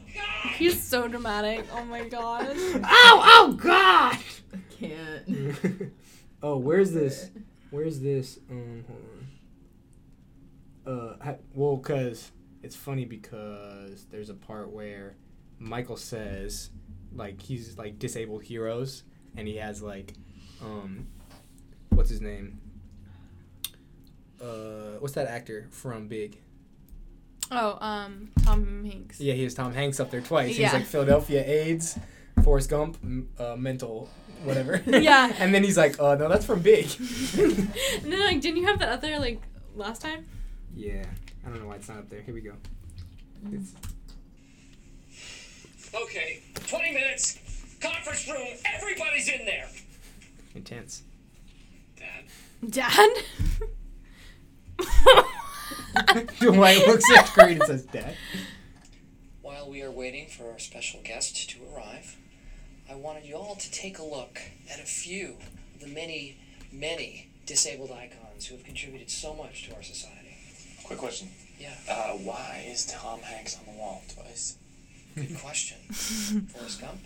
C: He's so dramatic. Oh my god.
D: oh
A: <laughs>
D: god! I can't.
A: oh, where's this? Where's this? Um, hold on. Uh, ha- well, cause it's funny because there's a part where Michael says, like, he's like disabled heroes, and he has like, um, what's his name? Uh, what's that actor from Big?
C: Oh, um, Tom Hanks.
A: Yeah, he has Tom Hanks up there twice.
C: Yeah.
A: He's like Philadelphia AIDS, Forrest Gump, m- uh, mental, whatever.
C: <laughs> Yeah.
A: <laughs> and then he's like, uh, no, that's from
C: <laughs>
A: Big.
C: And then like, didn't you have that other like last time?
A: yeah, I don't know why it's not up there. Here we go. It's,
F: Okay, 20 minutes, conference room, everybody's in there.
A: <laughs> Intense.
F: Dad,
C: <laughs> Dad.
A: Dwight looks
C: <laughs>
A: at Creed and says, <laughs> Dad.
F: while we are waiting for our special guest to arrive, I wanted you all to take a look at a few of the many, many disabled icons who have contributed so much to our society.
G: Quick question.
F: Yeah.
G: Uh, why is Tom Hanks on the wall twice?
F: Good question. Forrest Gump,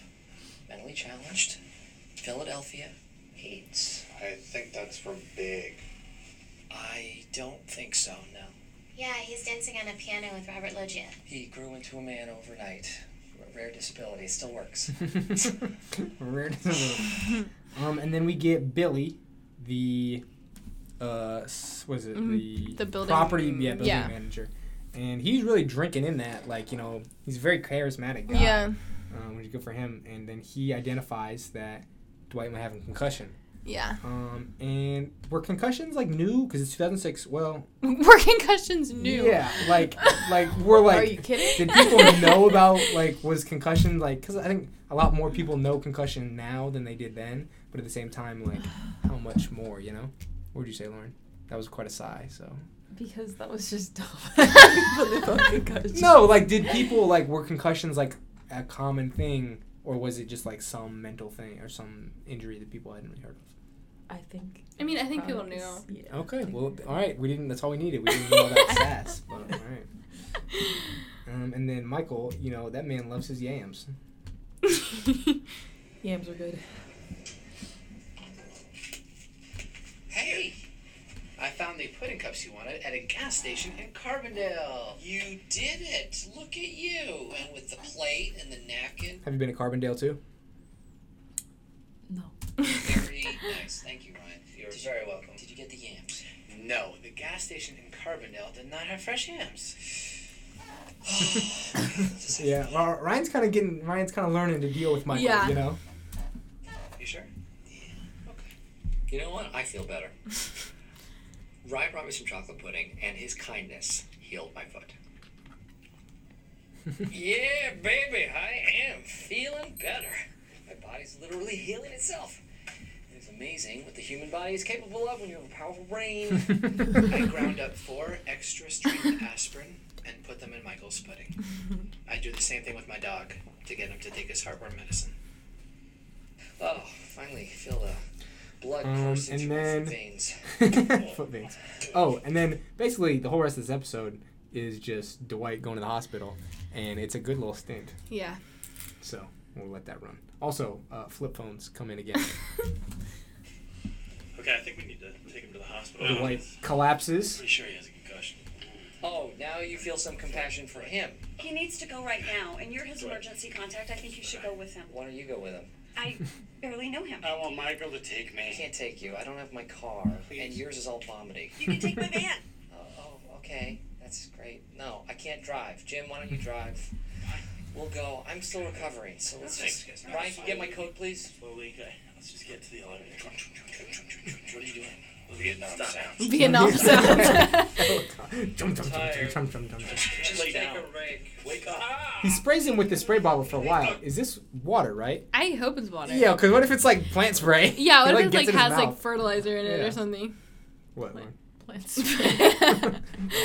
F: mentally challenged, Philadelphia, AIDS.
K: I think that's from Big.
F: I don't think so, no.
H: Yeah, he's dancing on a piano with Robert Loggia.
F: He grew into a man overnight. A Rare disability, it still works.
A: Rare to the room. um, and then we get Billy, the, uh, s- what is it?
C: Mm,
A: The,
C: the building-
A: property, yeah, building
C: yeah.
A: manager. And he's really drinking in that, like, you know, he's a very charismatic guy.
C: Yeah.
A: um, which is good for him. And then he identifies that Dwight might have a concussion.
C: Yeah.
A: Um, and were concussions like new? Because it's 2006. Well,
C: Were concussions new?
A: yeah, like
D: <laughs>
A: like we're like.
D: Are you kidding?
A: Did people know about like was concussion like? Because I think a lot more people know concussion now than they did then. But at the same time, like how much more? You know? What would you say, Lauren? That was quite a sigh. So.
D: Because that was just <laughs> dumb. People knew about concussions.
A: No, like did people like were concussions like a common thing, or was it just like some mental thing or some injury that people hadn't really heard of?
D: I think.
C: I mean, I think people
D: probably-
C: knew.
D: Yeah.
A: Okay, well, all right. We didn't. That's all we needed. We didn't know that sass, but all right. Um, and then Michael, you know that man loves his yams.
D: Yams are good.
F: hey! I found the pudding cups you wanted at a gas station in Carbondale. You did it! Look at you! And with the plate and the napkin.
A: Have you been to Carbondale too?
D: No.
I: <laughs>
F: Very nice. Thank you, Ryan.
I: You're
F: Did you-
I: very welcome.
F: Did you get the yams?
I: No, the gas station in Carbondale did not have fresh
F: <sighs>
I: yams.
A: yeah, well, Ryan's kind of getting. Ryan's kind of learning to deal with Michael.
C: Yeah.
A: You know.
F: You sure? Yeah. Okay. You know what? I feel better. Ryan brought me some chocolate pudding, and his kindness healed my foot. yeah, baby, I am feeling better. My body's literally healing itself. It's amazing what the human body is capable of when you have a
A: <laughs>
F: powerful brain. I ground up four extra strength aspirin and put them in Michael's pudding. I do the same thing with my dog to get him to take his heartworm medicine. Oh, finally feel the blood
A: Um,
F: coursing
A: and
F: through my
A: then-
F: veins.
A: Foot veins. Oh, and then basically the whole rest of this episode is just Dwight going to the hospital, and it's a good little stint.
C: <laughs> Yeah.
A: So we'll let that run. Also, uh, flip phones come in
H: <laughs>
A: again.
G: Okay, I think we need to take him to the hospital.
A: Dwight collapses.
G: Pretty sure he has a concussion.
F: Oh, now you feel some compassion for him.
H: He needs to go right now, and you're his emergency contact. I think you should go with him.
F: Why don't you go with him?
H: I barely know him.
I: I want Michael to take
F: I
I: me.
F: can't take you. I don't have my car, and yours is all vomiting.
H: You can take my van.
F: Oh, oh, okay. That's great. No, I can't drive. Jim, why don't you drive? We'll go. I'm still recovering, so let's
G: Thanks,
F: just.
G: guys.
F: Ryan, can you get my coat, please?
G: Slowly, okay. Let's just get to the elevator. What are you doing? Vietnam
I: Stop.
G: sounds.
A: <laughs>
C: Vietnam <laughs> sounds.
A: Chum, chum, chum, chum, chum, chum, chum, chum.
G: Just lay down.
I: break.
G: Wake up.
A: He sprays him with the spray bottle for a while. Is this water, right?
C: I hope it's water.
A: Yeah, because what if it's like plant spray?
C: <laughs> Yeah. What
A: It,
C: if it like
A: gets in his
C: has like
A: mouth.
C: fertilizer in it
A: Yeah.
C: or something?
A: What?
D: like-
C: <laughs> Plants.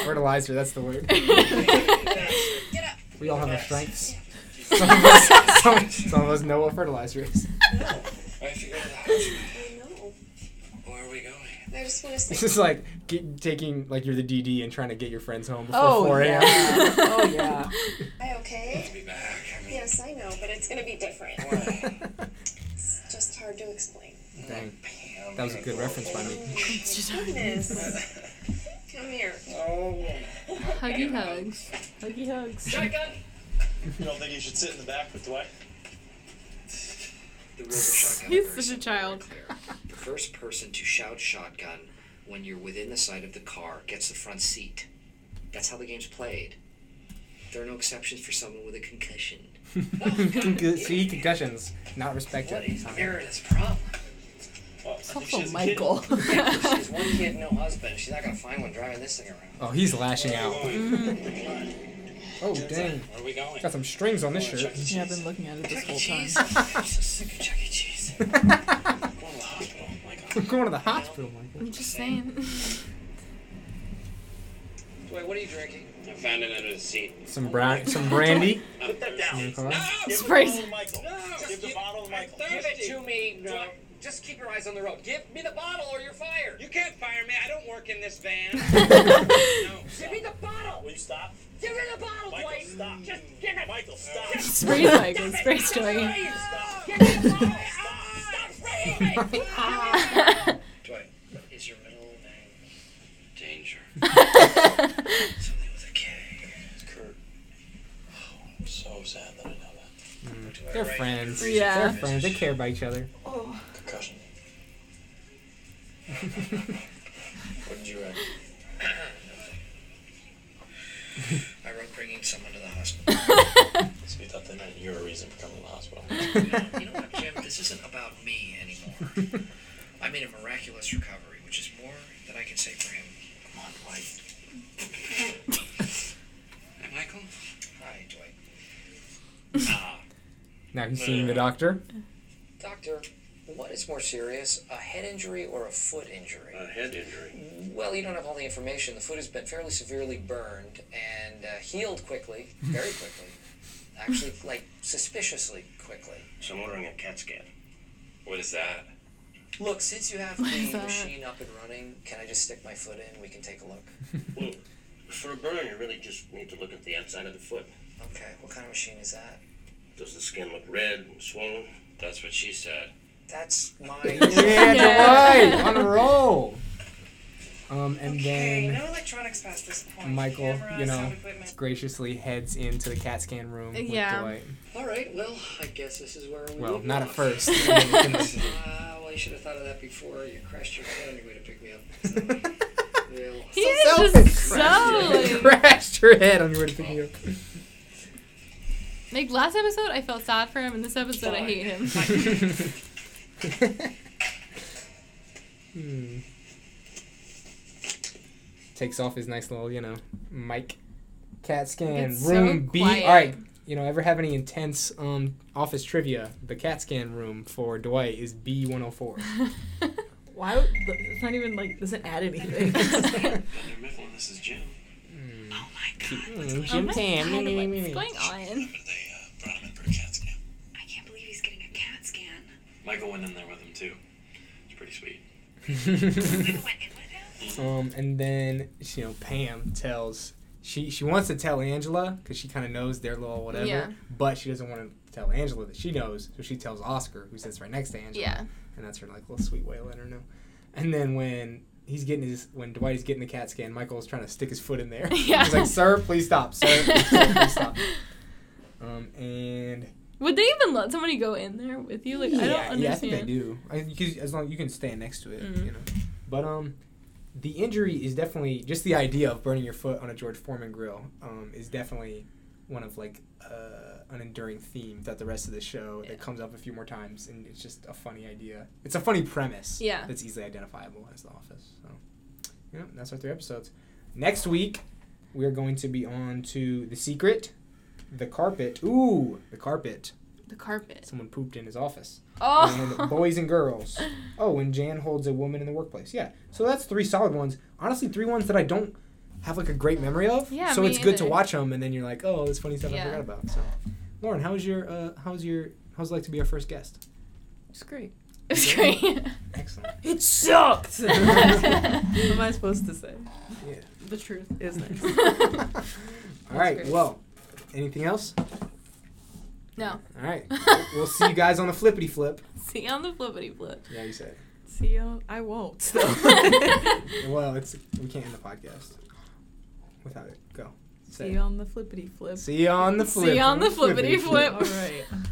A: Fertilizer, that's the
C: <laughs>
A: word.
H: Get up.
A: <laughs> We all have our strengths. Some of us, some, some of us know what fertilizer is. <laughs>
K: I have to go to the hospital. Where are we going?
H: I just want to
A: <laughs> This is like get, taking like you're the DD and trying to get your friends home before
H: Oh,
A: 4 a.m. <laughs>
H: yeah.
D: Oh, yeah.
H: I okay? Yes, I know, but it's gonna be different. it's just hard to explain.
A: Dang. That was a good reference by
C: <laughs>
A: me. <laughs>
H: Goodness. <laughs> Come here.
G: Oh.
C: Huggy hugs.
D: Huggy hugs.
G: Shotgun. You don't think you should sit in the back with Dwight?
F: The river shotgun.
C: He's such a child.
F: The first person to shout shotgun when you're within the sight of the car gets the front seat. That's how the game's played. There are no exceptions for someone with a concussion.
A: Concu- See, concussions. Not respected.
F: Meredith's problem.
G: Well,
C: Also Michael.
F: She's one kid, no husband. She's not gonna find one driving this thing around.
A: Oh, he's lashing out. Oh,
F: Turns
A: dang.
F: out, Where are we going?
A: Got some strings on this <laughs> shirt.
D: <laughs> Yeah, I've been looking at it this whole time.
F: E. <laughs> Cheese. I'm so sick of Chuck E. <laughs> Cheese. Going to the hospital. Oh My God.
A: I'm going to the hospital, Michael.
C: I'm just saying.
F: Wait, what are you drinking?
I: I found it under the seat.
A: Some brown, some brandy.
I: Put that
A: in your car.
F: Give the
C: Sprays.
E: Oh
F: bottle to Michael. Give the bottle to Michael. Give it to me. No. Just keep your eyes on the road. Give me the bottle or you're fired. You can't fire me. I don't work in this <laughs> van. Give me the bottle.
G: Will you stop?
F: Give me the bottle,
G: Michael,
F: Dwight.
G: stop.
F: Just give it.
G: Michael, stop.
C: Sprays Michael. Sprays Joey.
F: Please.
G: Stop.
F: Give me the bottle. Stop spraying me. Give me the bottle.
K: Dwight, what is your middle name?
I: Danger.
K: Something with a K. It's Kurt. Oh, I'm so sad that I know that.
A: They're friends.
C: Yeah.
A: They're friends. They care about each other.
K: Concussion. what did you write?
F: I wrote bringing someone to the hospital.
K: So you thought they meant your reason for coming to the hospital.
I: Uh,
F: you know what, Jim? This isn't about me anymore. I made a miraculous recovery, which is more than I can say for him. Come on, Dwight. Michael? Hi, Dwight. Ah,
A: Now he's seeing the doctor.
F: doctor, what is more serious, a head injury or a foot injury?
I: A head injury.
F: Well, you don't have all the information. The foot has been fairly severely burned and uh, healed quickly, very
H: <laughs>
F: quickly. Actually, like suspiciously quickly.
I: So I'm ordering a CAT scan. What is that?
F: Look, since you have
C: What is
F: the
C: that?
F: machine up and running, can I just stick my foot in? We can take a look.
I: Well, for a burn, you really just need to look at the outside of the foot.
F: Okay, what kind of machine is that?
I: Does the skin look red and swollen? That's what she said.
F: That's
H: <laughs>
F: my.
A: <laughs> Yeah,
C: Yeah.
A: Dwight on a roll. Um, and
H: Okay,
A: then
H: no electronics past this point.
A: Michael,
H: Camera,
A: you know,
H: sound equipment.
A: graciously heads into the CAT scan room with
C: Yeah.
A: Dwight.
F: All right, well, I guess this is where we.
A: Well,
F: leave
A: not at
F: off.
H: <laughs>
A: first.
F: Ah, well, you should have thought of that before you crashed your head on your way to pick me up. Well,
C: He is
A: <laughs>
C: just so.
A: Crashed her head on your way to pick you up.
C: Like last episode, I felt sad for him, and this episode, I hate him. <laughs>
A: Hmm. Takes off his nice little, you know, mic. Cat scan
C: It's so
A: room B.
C: quiet.
A: All right, you know, ever have any intense um office trivia? The cat scan room for Dwight is B one hundred
C: <laughs>
A: four. <laughs>
C: Oh
D: Why? would- It's not even like doesn't
A: <laughs>
D: add
A: Hmm,
D: anything.
I: Dr. Mifflin, this is Jim.
C: Oh my God, what's going on?
I: They uh, brought him in for a CAT scan.
H: I can't believe he's getting a CAT scan.
I: Michael went in there with him, too. It's pretty sweet.
A: <laughs>
H: Michael went in with him?
A: Um, and then you know Pam tells she she wants to tell Angela because she kind of knows their little whatever,
C: Yeah.
A: but she doesn't want to tell Angela that she knows, so she tells Oscar, who sits right next to Angela,
C: Yeah.
A: and that's her like little sweet way of letting her know. And then when he's getting his when Dwight is getting the CAT scan, Michael's trying to stick his foot in there.
C: <laughs> Yeah.
A: he's like, "Sir, please stop, sir, please stop." Please stop. Um, and
C: <laughs> Would they even let somebody go in there with you? Like I don't understand.
A: yeah, I think they do. I, you can- as long you can stand next to it,
C: Mm.
A: you know. But um, the injury is definitely just the idea of burning your foot on a George Foreman grill. Um, is definitely one of like uh, an enduring theme throughout the rest of the show
C: Yeah.
A: that comes up a few more times, and it's just a funny idea. It's a funny premise.
C: Yeah.
A: That's easily identifiable as the office. So, yeah, that's our three episodes. Next week, we are going to be on to the secret, the carpet. Ooh, the carpet.
C: The carpet.
A: Someone pooped in his office and
C: Oh.
A: boys and girls. Oh, and Jan holds a woman in the workplace. Yeah. So that's three solid ones. Honestly, three ones that I don't have like a great memory of.
C: Yeah,
A: So
C: me
A: it's good to
C: either.
A: watch them, and then you're like, oh, it's funny stuff I
C: Yeah.
A: forgot about. So, Lauren, how's your uh, how's your how's it like to be our first guest?
D: It's great.
C: <laughs> It's great.
A: Excellent.
D: It sucked. <laughs>
L: what am
A: <laughs>
L: I supposed to say?
A: Yeah.
D: The truth
L: is nice.
A: <laughs> All right. Well, anything else?
C: <laughs> No.
A: All right. We'll- we'll see you guys on the flippity flip.
C: See you on the flippity flip.
A: Yeah, you said.
D: See you. I
C: <laughs>
D: won't. <laughs> So.
A: <laughs> it. Well, it's we can't end the podcast without it. Go.
D: See you on the flippity flip. <laughs>
A: See you on the flip. <laughs>
C: See you on the flippity flip.
D: All right.